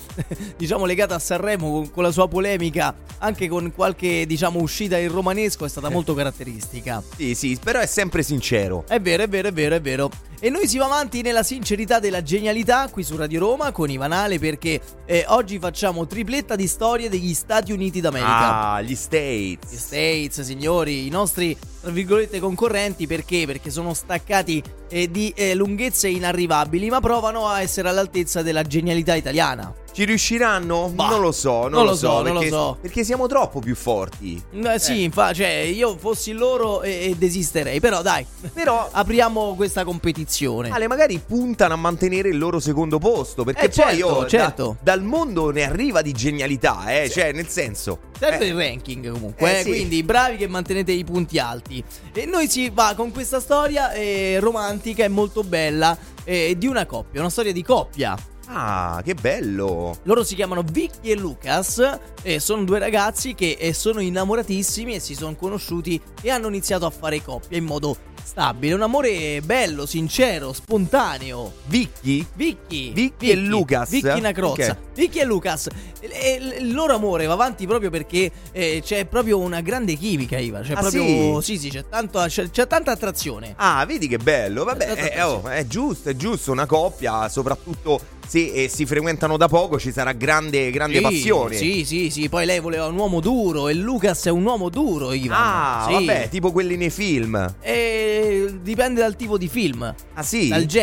Speaker 4: diciamo, legata a Sanremo con, con la sua polemica, anche con qualche, diciamo, uscita in romanesco, è stata molto caratteristica.
Speaker 5: Sì, sì, però è sempre sincero.
Speaker 4: È vero, è vero, è vero, è vero. E noi si va avanti nella sincerità della genialità qui su Radio Roma con Ivanale perché eh, oggi facciamo tripletta di storie degli Stati Uniti d'America.
Speaker 5: Ah, gli States.
Speaker 4: Gli States, signori, i nostri, tra virgolette, concorrenti perché? Perché sono staccati eh, di eh, lunghezze inarrivabili, ma provano a essere all'altezza della genialità italiana.
Speaker 5: Ci riusciranno?
Speaker 4: Bah,
Speaker 5: non lo so, non,
Speaker 4: non
Speaker 5: lo
Speaker 4: lo
Speaker 5: so,
Speaker 4: so, non
Speaker 5: perché,
Speaker 4: lo so.
Speaker 5: perché siamo troppo più forti.
Speaker 4: Eh, Sì, infatti, cioè, io fossi loro e, e desisterei, però dai,
Speaker 5: Però
Speaker 4: apriamo questa competizione.
Speaker 5: Ale magari puntano a mantenere il loro secondo posto, perché
Speaker 4: Eh,
Speaker 5: poi
Speaker 4: certo,
Speaker 5: oh, da-
Speaker 4: certo.
Speaker 5: dal mondo ne arriva di genialità, eh, cioè nel senso.
Speaker 4: Serve
Speaker 5: eh,
Speaker 4: Certo il ranking comunque,
Speaker 5: eh,
Speaker 4: eh,
Speaker 5: sì.
Speaker 4: quindi bravi che mantenete i punti alti. E noi si va con questa storia eh, romantica e molto bella eh, di una coppia, una storia di coppia.
Speaker 5: Ah, che bello.
Speaker 4: Loro si chiamano Vicky e Lucas e sono due ragazzi che eh, sono innamoratissimi e si sono conosciuti e hanno iniziato a fare coppia in modo stabile. Un amore bello, sincero, spontaneo.
Speaker 5: Vicky?
Speaker 4: Vicky,
Speaker 5: Vicky e Lucas.
Speaker 4: Vicky Nacrozza,
Speaker 5: Ok.
Speaker 4: Vicky e Lucas. E- e- il loro amore va avanti proprio perché eh, c'è proprio una grande chimica, Iva. C'è
Speaker 5: Ah,
Speaker 4: proprio. Sì, sì, c'è, tanto- c'è- c'è tanta attrazione.
Speaker 5: Ah, vedi che bello. Vabbè,
Speaker 4: Esatto,
Speaker 5: eh, oh, è giusto, è giusto. Una coppia, soprattutto se eh, si frequentano da poco, ci sarà grande, grande
Speaker 4: Sì,
Speaker 5: passione.
Speaker 4: Sì, sì, sì. Poi lei voleva un uomo duro e Lucas è un uomo duro, Iva.
Speaker 5: Ah,
Speaker 4: Sì.
Speaker 5: vabbè, tipo quelli nei film.
Speaker 4: Eh, dipende dal tipo di film,
Speaker 5: Ah, sì?
Speaker 4: dal genere.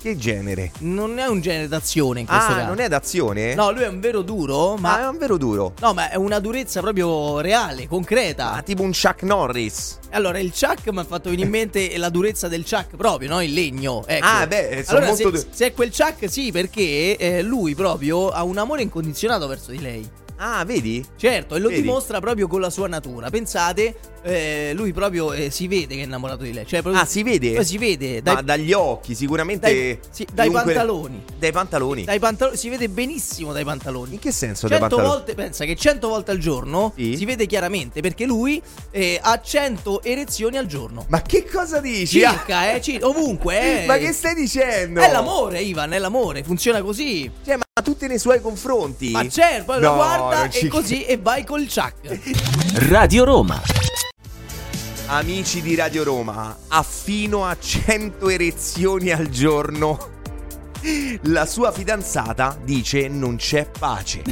Speaker 5: che genere?
Speaker 4: Non è un genere d'azione in questo
Speaker 5: Ah,
Speaker 4: caso.
Speaker 5: non è d'azione?
Speaker 4: No, lui è un vero duro,
Speaker 5: ma
Speaker 4: ma.
Speaker 5: è un vero duro.
Speaker 4: No, ma è una durezza proprio reale, concreta.
Speaker 5: Ah, tipo un Chuck Norris.
Speaker 4: Allora, il chuck mi ha fatto venire in mente la durezza del chuck proprio, no? Il legno. Ecco.
Speaker 5: Ah, beh, sono
Speaker 4: allora,
Speaker 5: molto
Speaker 4: se,
Speaker 5: du-
Speaker 4: se è quel chuck, sì, perché eh, lui proprio ha un amore incondizionato verso di lei.
Speaker 5: Ah, vedi?
Speaker 4: Certo, e lo
Speaker 5: Vedi?
Speaker 4: dimostra proprio con la sua natura. Pensate, eh, lui proprio eh, si vede che è innamorato di lei. Cioè, proprio-
Speaker 5: Ah, si vede?
Speaker 4: Poi si vede dai,
Speaker 5: Ma dagli occhi, sicuramente.
Speaker 4: dai- sì, dai
Speaker 5: chiunque-
Speaker 4: pantaloni.
Speaker 5: Dai pantaloni.
Speaker 4: dai pantaloni. Si vede benissimo dai pantaloni.
Speaker 5: In che senso dai
Speaker 4: 100
Speaker 5: pantaloni?
Speaker 4: volte, pensa che 100 volte al giorno
Speaker 5: Sì.
Speaker 4: si vede chiaramente perché lui eh, ha 100 erezioni al giorno.
Speaker 5: Ma che cosa dici? Ah,
Speaker 4: Circa, eh, cir- ovunque, eh.
Speaker 5: Ma che stai dicendo?
Speaker 4: È l'amore, Ivan, è l'amore, funziona così.
Speaker 5: Cioè, ma tutti nei suoi confronti.
Speaker 4: Ma certo, poi
Speaker 5: No,
Speaker 4: lo guarda
Speaker 5: non
Speaker 4: e
Speaker 5: ci-
Speaker 4: così e vai col chuck.
Speaker 3: Radio Roma.
Speaker 5: Amici di Radio Roma, ha fino a 100 erezioni al giorno. La sua fidanzata dice non c'è pace.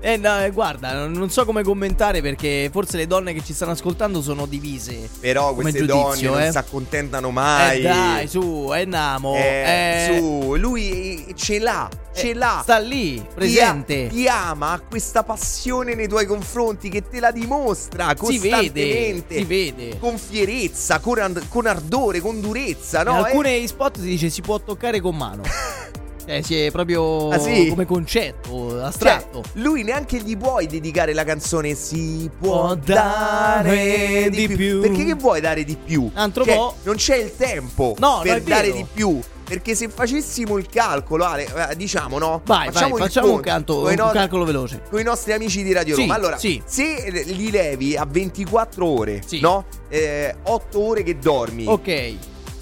Speaker 4: eh no, eh, guarda, non- non so come commentare perché forse le donne che ci stanno ascoltando sono divise.
Speaker 5: Però
Speaker 4: Come
Speaker 5: queste
Speaker 4: giudizio,
Speaker 5: donne
Speaker 4: eh.
Speaker 5: non si accontentano
Speaker 4: Eh
Speaker 5: mai.
Speaker 4: dai, su, è Namo.
Speaker 5: Eh,
Speaker 4: eh,
Speaker 5: su, lui ce l'ha, ce
Speaker 4: eh,
Speaker 5: l'ha.
Speaker 4: Sta lì,
Speaker 5: Ti,
Speaker 4: presente.
Speaker 5: a- ti ama, ha questa passione nei tuoi confronti che te la dimostra
Speaker 4: si vede,
Speaker 5: costantemente.
Speaker 4: si vede.
Speaker 5: Con fierezza, con, and- con ardore, con durezza, no?
Speaker 4: In
Speaker 5: Eh,
Speaker 4: alcune spot si dice si può toccare con mano. Cioè, si è proprio
Speaker 5: Ah, sì?
Speaker 4: come concetto, astratto.
Speaker 5: Cioè, lui neanche gli puoi dedicare la canzone Si può dare di più. Perché che vuoi dare di più?
Speaker 4: Altro
Speaker 5: Cioè,
Speaker 4: po'.
Speaker 5: non c'è il tempo
Speaker 4: Ah, No, no,
Speaker 5: per
Speaker 4: è
Speaker 5: dare
Speaker 4: vero.
Speaker 5: di più. Perché se facessimo il calcolo, Ale, eh, diciamo no?
Speaker 4: vai,
Speaker 5: facciamo, il
Speaker 4: vai, facciamo un,
Speaker 5: conto
Speaker 4: canto,
Speaker 5: coi
Speaker 4: un
Speaker 5: no-
Speaker 4: calcolo veloce.
Speaker 5: Con i nostri amici di Radio
Speaker 4: Sì,
Speaker 5: Roma. Allora,
Speaker 4: sì.
Speaker 5: se li levi a 24 ore,
Speaker 4: Sì.
Speaker 5: no? 8 ore che dormi,
Speaker 4: Ok.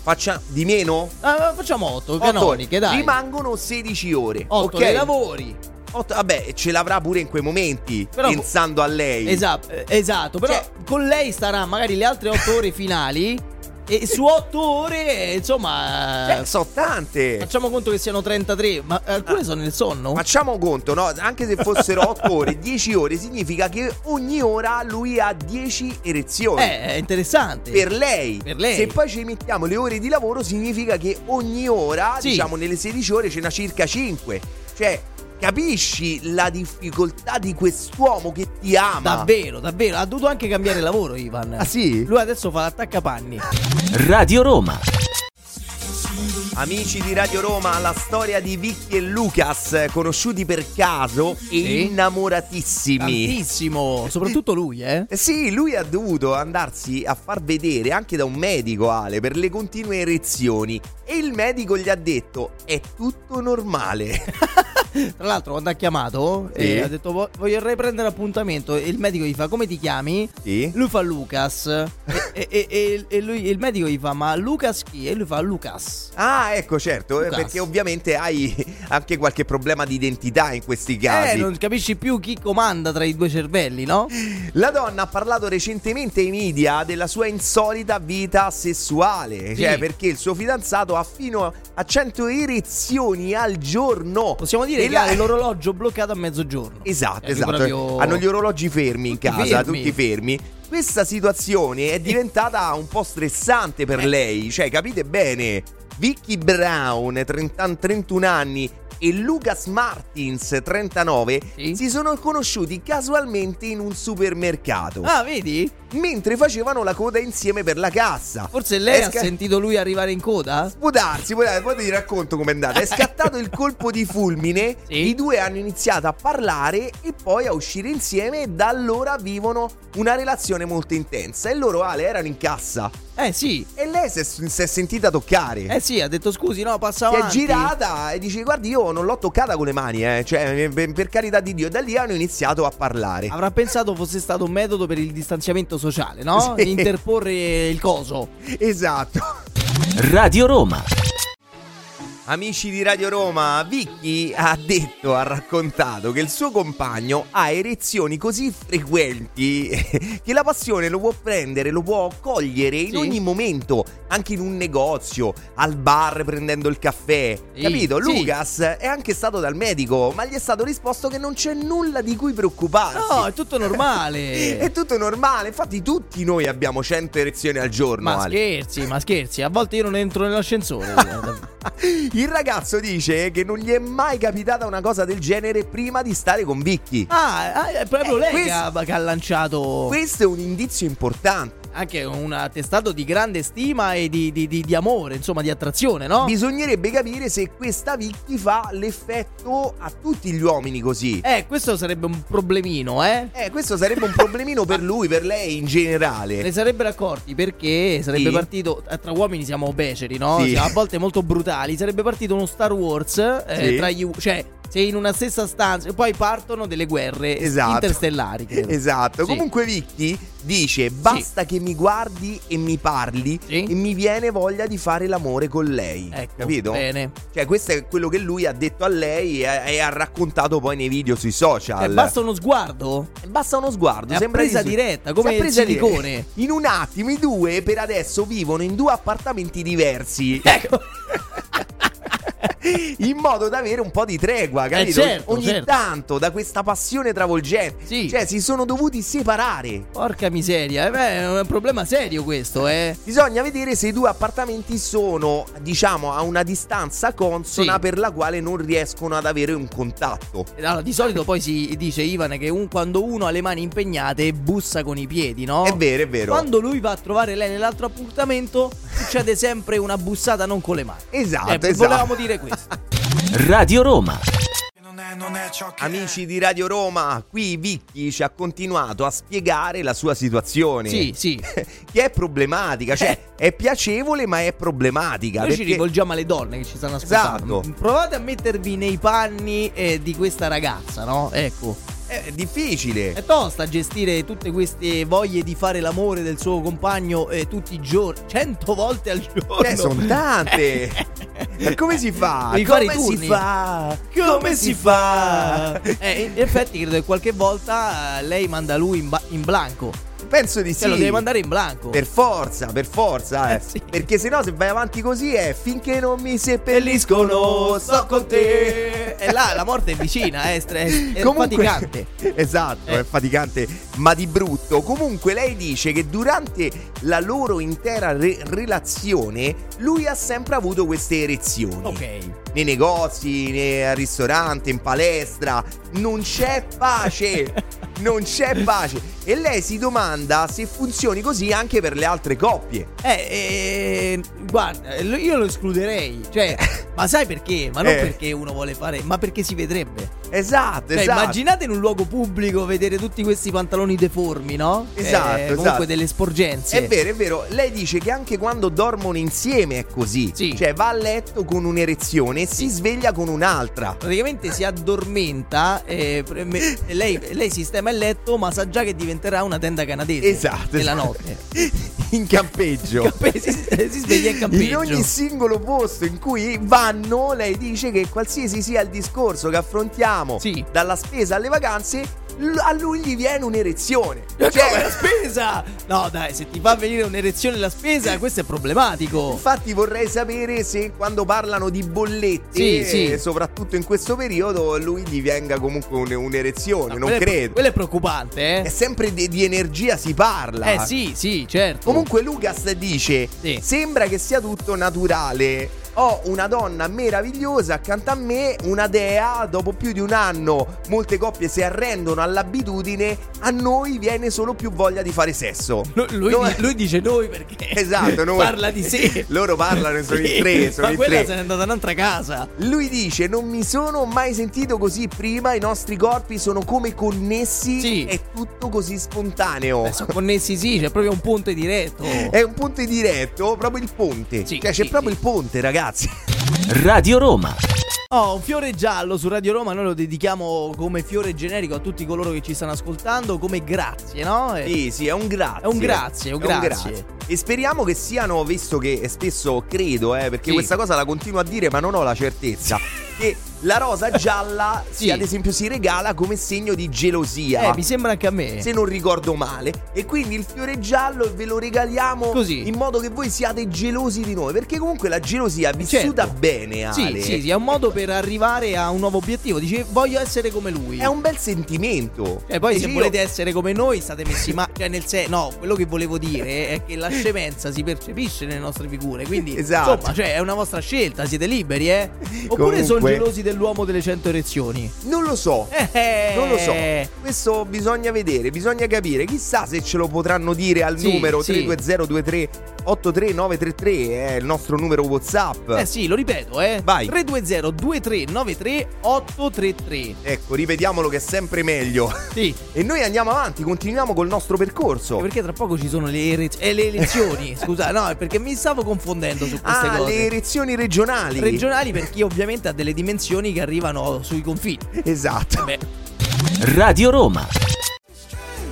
Speaker 5: faccia di meno?
Speaker 4: Ah, facciamo 8
Speaker 5: Otto
Speaker 4: canoniche,
Speaker 5: ore.
Speaker 4: dai.
Speaker 5: Rimangono 16 ore.
Speaker 4: 8
Speaker 5: ok?
Speaker 4: dei lavori.
Speaker 5: Otto- vabbè, ce l'avrà pure in quei momenti,
Speaker 4: Però-
Speaker 5: pensando a lei.
Speaker 4: Esatto, eh, esatto, però
Speaker 5: Cioè-
Speaker 4: con lei starà magari le altre 8 ore finali e su 8 ore, eh, insomma,
Speaker 5: Eh, so tante.
Speaker 4: facciamo conto che siano 33, ma
Speaker 5: Ah.
Speaker 4: alcune sono nel sonno?
Speaker 5: Facciamo conto, no? Anche se fossero 8 ore, 10 ore, significa che ogni ora lui ha 10 erezioni.
Speaker 4: Eh, è interessante.
Speaker 5: Per lei.
Speaker 4: Per lei.
Speaker 5: Se poi ci mettiamo le ore di lavoro, significa che ogni ora,
Speaker 4: Sì.
Speaker 5: diciamo nelle 16 ore, ce n'ha circa 5. Cioè, capisci la difficoltà di quest'uomo che ti ama?
Speaker 4: Davvero, davvero, ha dovuto anche cambiare lavoro Ivan.
Speaker 5: Ah, sì?
Speaker 4: Lui adesso fa l'attaccapanni.
Speaker 3: Radio Roma.
Speaker 5: Amici di Radio Roma, la storia di Vicky e Lucas, eh, conosciuti per caso e
Speaker 4: Sì.
Speaker 5: innamoratissimi.
Speaker 4: Tantissimo, soprattutto lui, eh.
Speaker 5: Eh Sì, lui ha dovuto andarsi a far vedere anche da un medico, Ale, per le continue erezioni. E il medico gli ha detto: È tutto normale.
Speaker 4: Tra l'altro quando ha chiamato
Speaker 5: Sì.
Speaker 4: eh, ha detto "Vo- vorrei prendere appuntamento e il medico gli fa come ti chiami?
Speaker 5: Sì.
Speaker 4: Lui fa Lucas e, e- e- e- e lui- il medico gli fa ma Lucas chi? E lui fa Lucas.
Speaker 5: Ah, ecco, certo, eh,
Speaker 4: Lucas.
Speaker 5: perché ovviamente hai anche qualche problema di identità in questi
Speaker 4: Eh,
Speaker 5: casi.
Speaker 4: non capisci più chi comanda tra i due cervelli, no?
Speaker 5: La donna ha parlato recentemente ai media della sua insolita vita sessuale,
Speaker 4: Sì.
Speaker 5: cioè perché il suo fidanzato ha fino a 100 erezioni al giorno.
Speaker 4: Possiamo dire
Speaker 5: E
Speaker 4: che
Speaker 5: la-
Speaker 4: ha l'orologio bloccato a mezzogiorno.
Speaker 5: Esatto,
Speaker 4: Cioè,
Speaker 5: esatto.
Speaker 4: proprio-
Speaker 5: Hanno gli orologi fermi in
Speaker 4: Tutti
Speaker 5: casa,
Speaker 4: fermi.
Speaker 5: tutti fermi. Questa situazione è diventata un po' stressante per
Speaker 4: Eh.
Speaker 5: lei, cioè capite bene. Vicky Brown, 30 31 anni, e Lucas Martins, 39,
Speaker 4: Sì.
Speaker 5: si sono conosciuti casualmente in un supermercato
Speaker 4: Ah, vedi?
Speaker 5: mentre facevano la coda insieme per la cassa.
Speaker 4: Forse lei
Speaker 5: È
Speaker 4: ha
Speaker 5: sca-
Speaker 4: sentito lui arrivare in coda?
Speaker 5: Può darsi, può darsi, poi ti racconto com'è andata. È scattato il colpo di fulmine,
Speaker 4: Sì.
Speaker 5: i due hanno iniziato a parlare e poi a uscire insieme e da allora vivono una relazione molto intensa. E loro, Ale, erano in cassa
Speaker 4: Eh sì.
Speaker 5: e lei si è, si è sentita toccare.
Speaker 4: Eh sì, ha detto scusi, no, passa
Speaker 5: si è
Speaker 4: avanti.
Speaker 5: girata e dice guardi io non l'ho toccata con le mani, eh. cioè per, per carità di Dio. E da lì hanno iniziato a parlare.
Speaker 4: Avrà pensato fosse stato un metodo per il distanziamento sociale, no?
Speaker 5: Sì.
Speaker 4: Interporre il coso.
Speaker 5: Esatto.
Speaker 3: Radio Roma.
Speaker 5: Amici di Radio Roma, Vicky ha detto, ha raccontato che il suo compagno ha erezioni così frequenti che la passione lo può prendere, lo può cogliere in
Speaker 4: Sì.
Speaker 5: ogni momento, anche in un negozio, al bar prendendo il caffè.
Speaker 4: Sì,
Speaker 5: Capito?
Speaker 4: sì.
Speaker 5: Lucas è anche stato dal medico, ma gli è stato risposto che non c'è nulla di cui preoccuparsi.
Speaker 4: No, è tutto normale.
Speaker 5: È tutto normale, infatti tutti noi abbiamo 100 erezioni al giorno.
Speaker 4: ma
Speaker 5: Ale.
Speaker 4: scherzi, ma scherzi, a volte io non entro nell'ascensore. guarda.
Speaker 5: Il ragazzo dice che non gli è mai capitata una cosa del genere prima di stare con Vicky.
Speaker 4: ah, ah, è proprio
Speaker 5: Eh,
Speaker 4: lei che,
Speaker 5: questo-
Speaker 4: ha, che ha lanciato
Speaker 5: Questo è un indizio importante.
Speaker 4: anche un attestato di grande stima e di, di- di- di amore, insomma, di attrazione, no?
Speaker 5: Bisognerebbe capire se questa Vicky fa l'effetto a tutti gli uomini così.
Speaker 4: eh, questo sarebbe un problemino, eh?
Speaker 5: Eh, questo sarebbe un problemino per lui, per lei in
Speaker 4: Ne
Speaker 5: generale.
Speaker 4: sarebbero accorti perché sarebbe
Speaker 5: Sì.
Speaker 4: partito. eh, Tra uomini siamo beceri, no?
Speaker 5: Sì.
Speaker 4: Siamo a volte molto brutali. Sarebbe partito uno Star Wars eh,
Speaker 5: Sì.
Speaker 4: tra gli. u- cioè, sei in una stessa stanza. E poi partono delle guerre
Speaker 5: Esatto.
Speaker 4: interstellari. credo.
Speaker 5: Esatto.
Speaker 4: Sì.
Speaker 5: Comunque Vicky dice basta che mi guardi e mi parli
Speaker 4: Sì.
Speaker 5: e mi viene voglia di fare l'amore con lei.
Speaker 4: Ecco,
Speaker 5: Capito?
Speaker 4: Bene.
Speaker 5: Cioè, questo è quello che lui ha detto a lei e, e ha raccontato poi nei video sui social. Eh,
Speaker 4: Eh, basta uno sguardo.
Speaker 5: Basta uno sguardo,
Speaker 4: È a
Speaker 5: sembra
Speaker 4: presa
Speaker 5: di-
Speaker 4: diretta, come
Speaker 5: Sì, a
Speaker 4: il
Speaker 5: presa diretta.
Speaker 4: silicone.
Speaker 5: In un attimo i due per adesso vivono in due appartamenti diversi.
Speaker 4: Ecco.
Speaker 5: In modo da avere un po' di tregua, capito?
Speaker 4: certo,
Speaker 5: Ogni
Speaker 4: certo.
Speaker 5: tanto da questa passione travolgente.
Speaker 4: Sì.
Speaker 5: Cioè, si sono dovuti separare.
Speaker 4: Porca miseria. eh, beh, è un problema serio questo, eh.
Speaker 5: Bisogna vedere se i due appartamenti sono, diciamo, a una distanza consona
Speaker 4: Sì.
Speaker 5: per la quale non riescono ad avere un contatto.
Speaker 4: Allora, di solito poi si dice, Ivan, che un- quando uno ha le mani impegnate bussa con i piedi, no?
Speaker 5: È vero, è vero.
Speaker 4: Quando lui va a trovare lei nell'altro appuntamento, succede sempre una bussata non con le mani.
Speaker 5: Esatto,
Speaker 4: Eh,
Speaker 5: esatto.
Speaker 4: Volevamo dire questo.
Speaker 3: Radio Roma.
Speaker 5: Amici di Radio Roma, qui Vicky ci ha continuato a spiegare la sua situazione.
Speaker 4: Sì, sì.
Speaker 5: Che è problematica, cioè è piacevole ma è problematica.
Speaker 4: Noi ci
Speaker 5: perché-
Speaker 4: rivolgiamo alle donne che ci stanno ascoltando. Mm,
Speaker 5: Esatto.
Speaker 4: Provate a mettervi nei panni eh, di questa ragazza, no? Ecco.
Speaker 5: È difficile.
Speaker 4: È tosta gestire tutte queste voglie di fare l'amore del suo compagno eh, tutti i giorni, cento volte al giorno.
Speaker 5: Eh, sono tante. Ma come si fa?
Speaker 4: Devi fare
Speaker 5: come
Speaker 4: i
Speaker 5: si
Speaker 4: turni.
Speaker 5: fa? Come si fa?
Speaker 4: Eh, in effetti credo che qualche volta eh, lei manda lui in, ba- in blanco.
Speaker 5: Penso di sì.
Speaker 4: Cioè lo deve mandare in blanco.
Speaker 5: Per forza, per forza, eh.
Speaker 4: Eh, sì.
Speaker 5: Perché se no se vai avanti così è finché non mi seppelliscono, sto con te.
Speaker 4: E là la morte è vicina, eh, stre- è, è
Speaker 5: Comunque-
Speaker 4: faticante.
Speaker 5: Esatto,
Speaker 4: Eh.
Speaker 5: è faticante, ma di brutto. Comunque lei dice che durante la loro intera re- relazione lui ha sempre avuto queste erezioni.
Speaker 4: Ok.
Speaker 5: Nei negozi, nei- al ristorante, in palestra, non c'è pace. non c'è pace. E lei si domanda se funzioni così anche per le altre coppie.
Speaker 4: Eh, eh, guarda, eh, lo- io lo escluderei. Cioè, ma sai perché? Ma non
Speaker 5: Eh.
Speaker 4: perché uno vuole fare, ma perché si vedrebbe.
Speaker 5: Esatto,
Speaker 4: Cioè,
Speaker 5: esatto.
Speaker 4: immaginate in un luogo pubblico vedere tutti questi pantaloni deformi, no?
Speaker 5: Esatto,
Speaker 4: Eh, comunque
Speaker 5: esatto.
Speaker 4: delle sporgenze.
Speaker 5: È vero, è vero. Lei dice che anche quando dormono insieme è così.
Speaker 4: Sì.
Speaker 5: Cioè va a letto con un'erezione e si sveglia con un'altra.
Speaker 4: Praticamente si addormenta, eh, pre- me- lei, lei sistema il letto, ma sa già che diventerà una tenda canadese.
Speaker 5: Esatto.
Speaker 4: Nella
Speaker 5: esatto.
Speaker 4: notte.
Speaker 5: in campeggio.
Speaker 4: Si, si sveglia in campeggio.
Speaker 5: In ogni singolo posto in cui vanno, lei dice che qualsiasi sia il discorso che affrontiamo,
Speaker 4: Sì.
Speaker 5: dalla spesa alle vacanze, l- a lui gli viene un'erezione.
Speaker 4: Ma
Speaker 5: Cioè,
Speaker 4: Eh,
Speaker 5: Eh.
Speaker 4: come la spesa? No, dai, se ti fa venire un'erezione la spesa, questo è problematico.
Speaker 5: Infatti vorrei sapere se quando parlano di bollette,
Speaker 4: Sì, sì.
Speaker 5: eh, soprattutto in questo periodo, lui gli venga comunque un- un'erezione,
Speaker 4: No,
Speaker 5: non
Speaker 4: quello Cioè, è pro-
Speaker 5: credo.
Speaker 4: quello è preoccupante,
Speaker 5: È
Speaker 4: eh?
Speaker 5: sempre di, di energia si parla.
Speaker 4: Eh sì, sì, certo.
Speaker 5: Comunque Lucas dice,
Speaker 4: Sì.
Speaker 5: sembra che sia tutto naturale. Ho una donna meravigliosa accanto a me, una dea, dopo più di un anno molte coppie si arrendono all'abitudine, a noi viene solo più voglia di fare sesso.
Speaker 4: Lu- lui,
Speaker 5: No,
Speaker 4: di- lui dice noi perché
Speaker 5: Esatto, noi.
Speaker 4: parla di sé.
Speaker 5: Loro parlano, sono in
Speaker 4: Sì,
Speaker 5: tre, sono
Speaker 4: ma
Speaker 5: in
Speaker 4: quella
Speaker 5: tre.
Speaker 4: se n'è andata in un'altra casa.
Speaker 5: Lui dice: Non mi sono mai sentito così prima. I nostri corpi sono come connessi.
Speaker 4: Sì.
Speaker 5: È tutto così spontaneo.
Speaker 4: Eh, sono connessi sì, c'è proprio un ponte diretto.
Speaker 5: È un ponte diretto, proprio il ponte.
Speaker 4: Sì,
Speaker 5: cioè, c'è
Speaker 4: sì,
Speaker 5: proprio
Speaker 4: sì.
Speaker 5: il ponte, ragazzi.
Speaker 3: Radio Roma.
Speaker 4: Oh, un fiore giallo su Radio Roma, noi lo dedichiamo come fiore generico a tutti coloro che ci stanno ascoltando, come grazie, no? Eh,
Speaker 5: Sì, sì, è un grazie.
Speaker 4: È un grazie, è un grazie.
Speaker 5: E speriamo che siano, visto che spesso credo, eh, perché
Speaker 4: Sì.
Speaker 5: questa cosa la continuo a dire, ma non ho la certezza. che la rosa gialla, sì,
Speaker 4: Sì.
Speaker 5: ad esempio, si regala come segno di gelosia.
Speaker 4: eh, mi sembra anche a me.
Speaker 5: se non ricordo male. E quindi il fiore giallo ve lo regaliamo
Speaker 4: Così.
Speaker 5: in modo che voi siate gelosi di noi. Perché comunque la gelosia vissuta
Speaker 4: Certo.
Speaker 5: bene, Ale,
Speaker 4: Sì, sì, sì, è un modo per arrivare a un nuovo obiettivo. Dice, voglio essere come lui.
Speaker 5: è un bel sentimento.
Speaker 4: E poi se
Speaker 5: Dici,
Speaker 4: volete
Speaker 5: io-
Speaker 4: essere come noi state messi ma cioè nel senso no, quello che volevo dire è che la scemenza si percepisce nelle nostre figure, quindi
Speaker 5: Esatto.
Speaker 4: insomma, cioè è una vostra scelta, siete liberi, eh? Oppure
Speaker 5: Comunque-
Speaker 4: sono gelosi dell'uomo delle 100 erezioni?
Speaker 5: Non lo so.
Speaker 4: Eh.
Speaker 5: Non lo so, questo bisogna vedere, bisogna capire. Chissà se ce lo potranno dire al
Speaker 4: Sì,
Speaker 5: numero
Speaker 4: sì.
Speaker 5: 32023 83933, è eh, il nostro numero WhatsApp.
Speaker 4: Eh sì, lo ripeto, eh.
Speaker 5: Vai.
Speaker 4: 320 2393 833.
Speaker 5: Ecco, ripetiamolo che è sempre meglio.
Speaker 4: Sì.
Speaker 5: E noi andiamo avanti, continuiamo col nostro percorso.
Speaker 4: Perché tra poco ci sono le, ere- eh, le elezioni, scusa, no, è perché mi stavo confondendo su queste
Speaker 5: Ah,
Speaker 4: cose.
Speaker 5: le erezioni regionali.
Speaker 4: regionali per chi ovviamente ha delle dimensioni che arrivano sui confini.
Speaker 5: Esatto.
Speaker 4: Eh Beh,
Speaker 3: Radio Roma.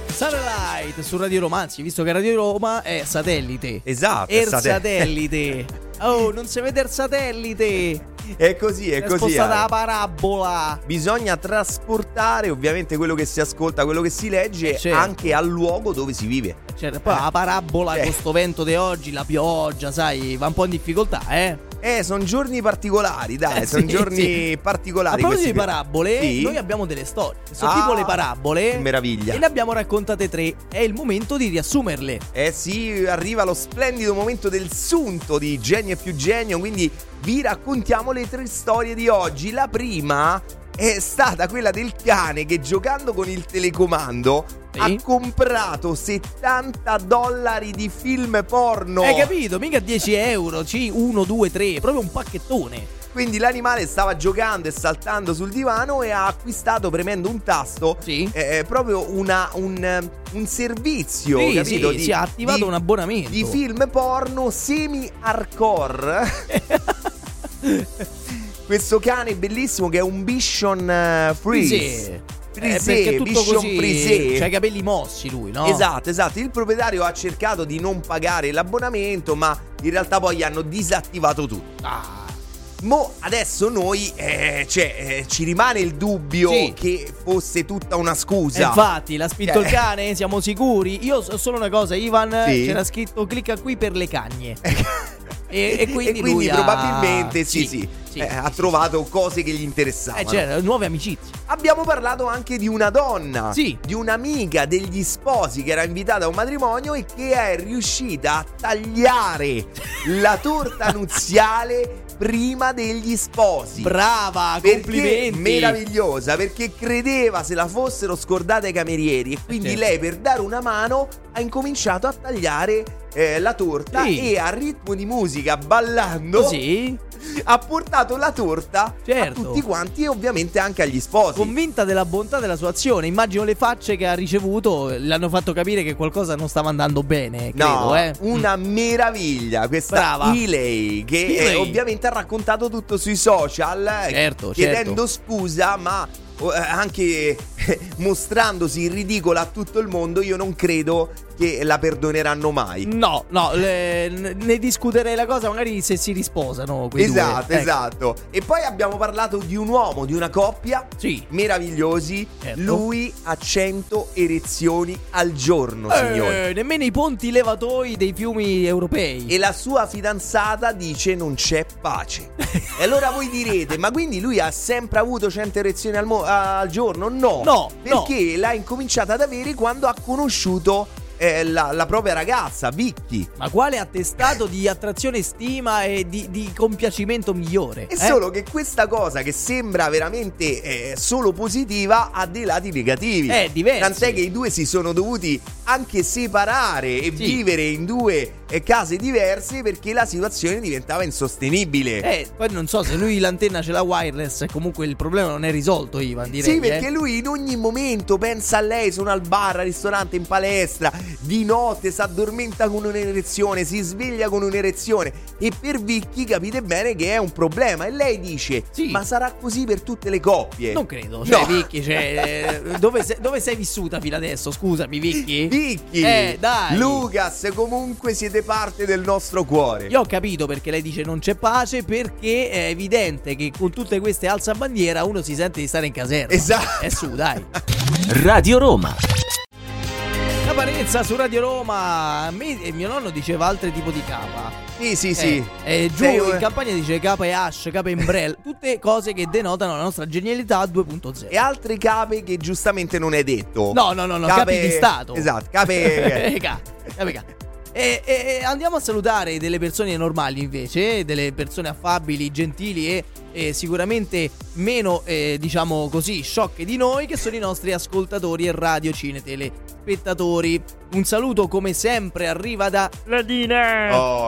Speaker 4: Satellite su Radio Roma, anzi, visto che Radio Roma è satellite.
Speaker 5: Esatto, è
Speaker 4: Er
Speaker 5: sate-
Speaker 4: satellite. Oh, non si vede il satellite.
Speaker 5: È così, eh. è,
Speaker 4: È
Speaker 5: così.
Speaker 4: spostata
Speaker 5: Ale.
Speaker 4: la parabola.
Speaker 5: Bisogna trasportare ovviamente quello che si ascolta, quello che si legge
Speaker 4: Eh, certo.
Speaker 5: anche al luogo dove si vive.
Speaker 4: Cioè, poi la parabola
Speaker 5: Eh.
Speaker 4: con sto vento di oggi, la pioggia, sai, va un po' in difficoltà, eh.
Speaker 5: Eh, sono giorni particolari, dai,
Speaker 4: Eh,
Speaker 5: sono
Speaker 4: sì,
Speaker 5: giorni
Speaker 4: sì. A
Speaker 5: particolari.
Speaker 4: proposito
Speaker 5: questi
Speaker 4: di
Speaker 5: per-
Speaker 4: parabole,
Speaker 5: Sì?
Speaker 4: noi abbiamo delle storie. Sono
Speaker 5: Ah,
Speaker 4: tipo le parabole.
Speaker 5: che meraviglia.
Speaker 4: E ne abbiamo raccontate tre. È il momento di riassumerle.
Speaker 5: Eh sì, arriva lo splendido momento del sunto di Genio e più Genio, quindi vi raccontiamo le tre storie di oggi. La prima è stata quella del cane che giocando con il telecomando ha comprato 70 dollari di film porno.
Speaker 4: Hai capito? Mica 10 euro, sì, 1, 2, 3, proprio un pacchettone.
Speaker 5: Quindi l'animale stava giocando e saltando sul divano e ha acquistato premendo un tasto
Speaker 4: Sì.
Speaker 5: eh, proprio una- un, un servizio.
Speaker 4: Sì,
Speaker 5: capito?
Speaker 4: sì, sì, ha attivato un abbonamento.
Speaker 5: Di film porno semi-hardcore. Questo cane bellissimo che è un Bishon eh, Freeze.
Speaker 4: Eh,
Speaker 5: Frise,
Speaker 4: perché è tutto
Speaker 5: Bishon
Speaker 4: così, cioè
Speaker 5: Frise.
Speaker 4: c'ha i capelli mossi lui, no?
Speaker 5: Esatto, esatto. Il proprietario ha cercato di non pagare l'abbonamento, ma in realtà poi gli hanno disattivato tutto.
Speaker 4: Ah.
Speaker 5: Mo adesso noi, eh, cioè, eh, ci rimane il dubbio
Speaker 4: Sì.
Speaker 5: che fosse tutta una
Speaker 4: Eh,
Speaker 5: scusa.
Speaker 4: Infatti, l'ha spinto
Speaker 5: Eh.
Speaker 4: il cane, siamo sicuri. Io so solo una cosa, Ivan,
Speaker 5: Sì. Eh,
Speaker 4: c'era scritto clicca qui per le cagne. e, e quindi, lui ha-
Speaker 5: probabilmente sì, sì,
Speaker 4: sì.
Speaker 5: eh, ha trovato cose che gli interessavano.
Speaker 4: Eh, cioè, nuove amicizie.
Speaker 5: Abbiamo parlato anche di una donna,
Speaker 4: Sì.
Speaker 5: di un'amica degli sposi che era invitata a un matrimonio e che è riuscita a tagliare la torta nuziale prima degli sposi.
Speaker 4: Brava,
Speaker 5: Perché
Speaker 4: complimenti.
Speaker 5: Meravigliosa, perché credeva se la fossero scordate ai camerieri e quindi
Speaker 4: certo.
Speaker 5: lei per dare una mano ha incominciato a tagliare eh, la torta
Speaker 4: Sì.
Speaker 5: e a ritmo di musica ballando
Speaker 4: Così?
Speaker 5: ha portato la torta
Speaker 4: Certo.
Speaker 5: a tutti quanti e ovviamente anche agli sposi.
Speaker 4: Convinta della bontà della sua azione, immagino le facce che ha ricevuto eh, l'hanno fatto capire che qualcosa non stava andando bene,
Speaker 5: No,
Speaker 4: credo, eh.
Speaker 5: una meraviglia questa
Speaker 4: Brava.
Speaker 5: Ilei che eh,
Speaker 4: Ilei.
Speaker 5: ovviamente ha raccontato tutto sui social eh,
Speaker 4: Certo,
Speaker 5: chiedendo scusa ma oh, eh, anche eh, mostrandosi ridicola a tutto il mondo io non credo che la perdoneranno mai.
Speaker 4: No, no, le- n- ne discuterei la cosa magari se si risposano quei due.
Speaker 5: Esatto,
Speaker 4: Ecco.
Speaker 5: esatto. E poi abbiamo parlato di un uomo, di una coppia
Speaker 4: Sì.
Speaker 5: meravigliosi.
Speaker 4: Certo.
Speaker 5: Lui ha 100 erezioni al giorno, signori.
Speaker 4: Eh, nemmeno i ponti levatoi dei fiumi europei.
Speaker 5: e la sua fidanzata dice non c'è pace. e allora voi direte, ma quindi lui ha sempre avuto 100 erezioni al, mo- al giorno? No,
Speaker 4: No,
Speaker 5: perché l'ha incominciata ad avere quando ha conosciuto eh, la, la propria ragazza, Vicky.
Speaker 4: Ma quale attestato di attrazione, stima e di, di compiacimento migliore?
Speaker 5: È
Speaker 4: eh?
Speaker 5: solo che questa cosa che sembra veramente eh, solo positiva ha dei lati negativi.
Speaker 4: Eh, diversi.
Speaker 5: Tant'è che i due si sono dovuti anche separare e vivere in due eh, case diverse perché la situazione diventava insostenibile.
Speaker 4: Eh, poi non so se lui l'antenna ce l'ha wireless, comunque il problema non è risolto, Ivan, direi.
Speaker 5: Sì, perché
Speaker 4: eh.
Speaker 5: lui in ogni momento pensa a lei, sono al bar, al ristorante, in palestra, di notte si addormenta con un'erezione, si sveglia con un'erezione e per Vicky capite bene che è un problema e lei dice
Speaker 4: Sì.
Speaker 5: ma sarà così per tutte le coppie.
Speaker 4: Non credo, cioè,
Speaker 5: No.
Speaker 4: Vicky, cioè, eh, dove, sei, dove sei vissuta fino adesso? Scusami, Vicky.
Speaker 5: Vicky,
Speaker 4: Eh, dai.
Speaker 5: Lucas, comunque siete parte del nostro cuore.
Speaker 4: Io ho capito perché lei dice non c'è pace, perché è evidente che con tutte queste alzabandiera uno si sente di stare in caserma.
Speaker 5: Esatto.
Speaker 4: E su, dai.
Speaker 3: Radio Roma.
Speaker 4: La parezza su Radio Roma. Mi- eh, mio nonno diceva altre tipo di capa.
Speaker 5: Sì, sì,
Speaker 4: Eh,
Speaker 5: sì.
Speaker 4: eh, giù
Speaker 5: Sei-
Speaker 4: in campagna dice capa e hash, capa e umbrella. tutte cose che denotano la nostra genialità 2.0.
Speaker 5: e altre cape che giustamente non hai detto.
Speaker 4: No, no, no, no, capi di Stato.
Speaker 5: Esatto, cape...
Speaker 4: Eh, ca- capi, ca- E, e- e andiamo a salutare delle persone normali invece, eh, delle persone affabili, gentili e, e sicuramente meno, eh, diciamo così, sciocche di noi, che sono i nostri ascoltatori e radio, cine, tele, spettatori. Un saluto come sempre arriva da...
Speaker 5: oh,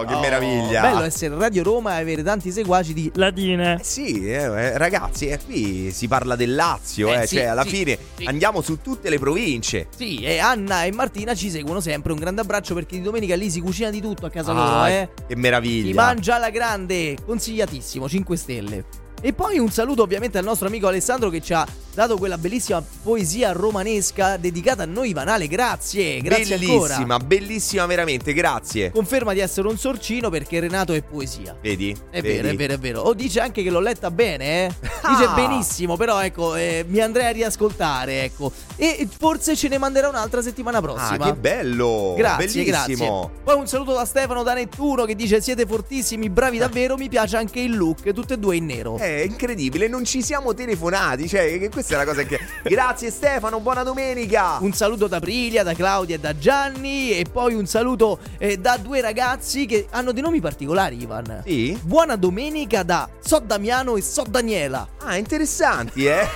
Speaker 5: che
Speaker 4: Oh,
Speaker 5: meraviglia.
Speaker 4: Bello essere Radio Roma e avere tanti seguaci di...
Speaker 5: Eh Sì, eh, eh, ragazzi, eh, qui si parla del Lazio,
Speaker 4: Eh,
Speaker 5: eh,
Speaker 4: sì,
Speaker 5: cioè alla
Speaker 4: sì,
Speaker 5: fine
Speaker 4: sì.
Speaker 5: andiamo su tutte le province.
Speaker 4: Sì, e Anna e Martina ci seguono sempre. Un grande abbraccio perché di domenica lì si cucina di tutto a casa loro,
Speaker 5: Ah,
Speaker 4: eh.
Speaker 5: Che
Speaker 4: Si
Speaker 5: meraviglia.
Speaker 4: mangia alla grande, consigliatissimo, 5 stelle. E poi un saluto ovviamente al nostro amico Alessandro che ci ha dato quella bellissima poesia romanesca dedicata a noi Vanale, grazie, grazie
Speaker 5: bellissima,
Speaker 4: ancora.
Speaker 5: bellissima veramente, grazie.
Speaker 4: Conferma di essere un sorcino perché Renato è poesia.
Speaker 5: Vedi?
Speaker 4: È
Speaker 5: Vedi?
Speaker 4: vero, è vero, è vero. O dice anche che l'ho letta bene, eh. Dice
Speaker 5: Ah.
Speaker 4: benissimo, però ecco, eh, mi andrei a riascoltare, ecco. E forse ce ne manderà un'altra settimana
Speaker 5: Ah,
Speaker 4: prossima.
Speaker 5: che bello!
Speaker 4: Grazie,
Speaker 5: Oh, Bellissimo.
Speaker 4: grazie. Poi un saluto da Stefano da Nettuno che dice siete fortissimi,
Speaker 5: Eh.
Speaker 4: bravi davvero, mi piace anche il look, tutte e due in nero.
Speaker 5: È incredibile, non ci siamo telefonati, cioè che questa è la cosa che Grazie Stefano, buona domenica.
Speaker 4: Un saluto da Aprilia, da Claudia e da Gianni e poi un saluto eh, da due ragazzi che hanno dei nomi particolari, Ivan.
Speaker 5: Sì?
Speaker 4: Buona domenica da So Damiano e So Daniela.
Speaker 5: Ah, interessanti, eh?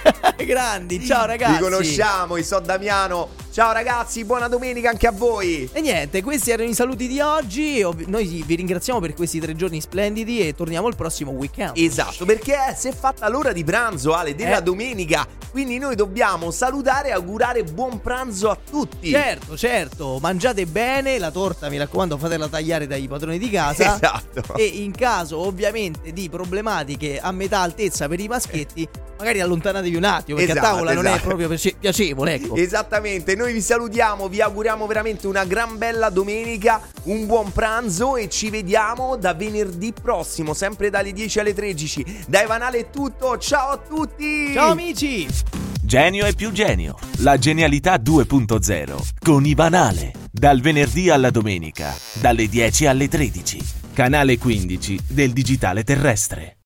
Speaker 4: Grandi, ciao ragazzi.
Speaker 5: Li conosciamo, i So Damiano Ciao ragazzi, buona domenica anche a voi.
Speaker 4: E niente, questi erano i saluti di oggi. Ov- Noi vi ringraziamo per questi tre giorni splendidi e torniamo il prossimo weekend.
Speaker 5: Esatto, perché si è fatta l'ora di pranzo, Ale, della
Speaker 4: Eh.
Speaker 5: domenica. Quindi noi dobbiamo salutare e augurare buon pranzo a tutti.
Speaker 4: Certo, certo, mangiate bene, la torta mi raccomando fatela tagliare dai padroni di casa.
Speaker 5: Esatto.
Speaker 4: E in caso ovviamente di problematiche a metà altezza per i maschietti, magari allontanatevi un attimo perché
Speaker 5: Esatto,
Speaker 4: a tavola non è
Speaker 5: esatto. Eh
Speaker 4: proprio piace- piacevole, ecco.
Speaker 5: Esattamente, noi vi salutiamo, vi auguriamo veramente una gran bella domenica, un buon pranzo e ci vediamo da venerdì prossimo, sempre dalle 10 alle 13. Dai Vanale è tutto, ciao a tutti!
Speaker 4: Ciao amici!
Speaker 3: Genio e più genio. La genialità 2.0 con i banale. Dal venerdì alla domenica, dalle 10 alle 13. Canale 15 del Digitale Terrestre.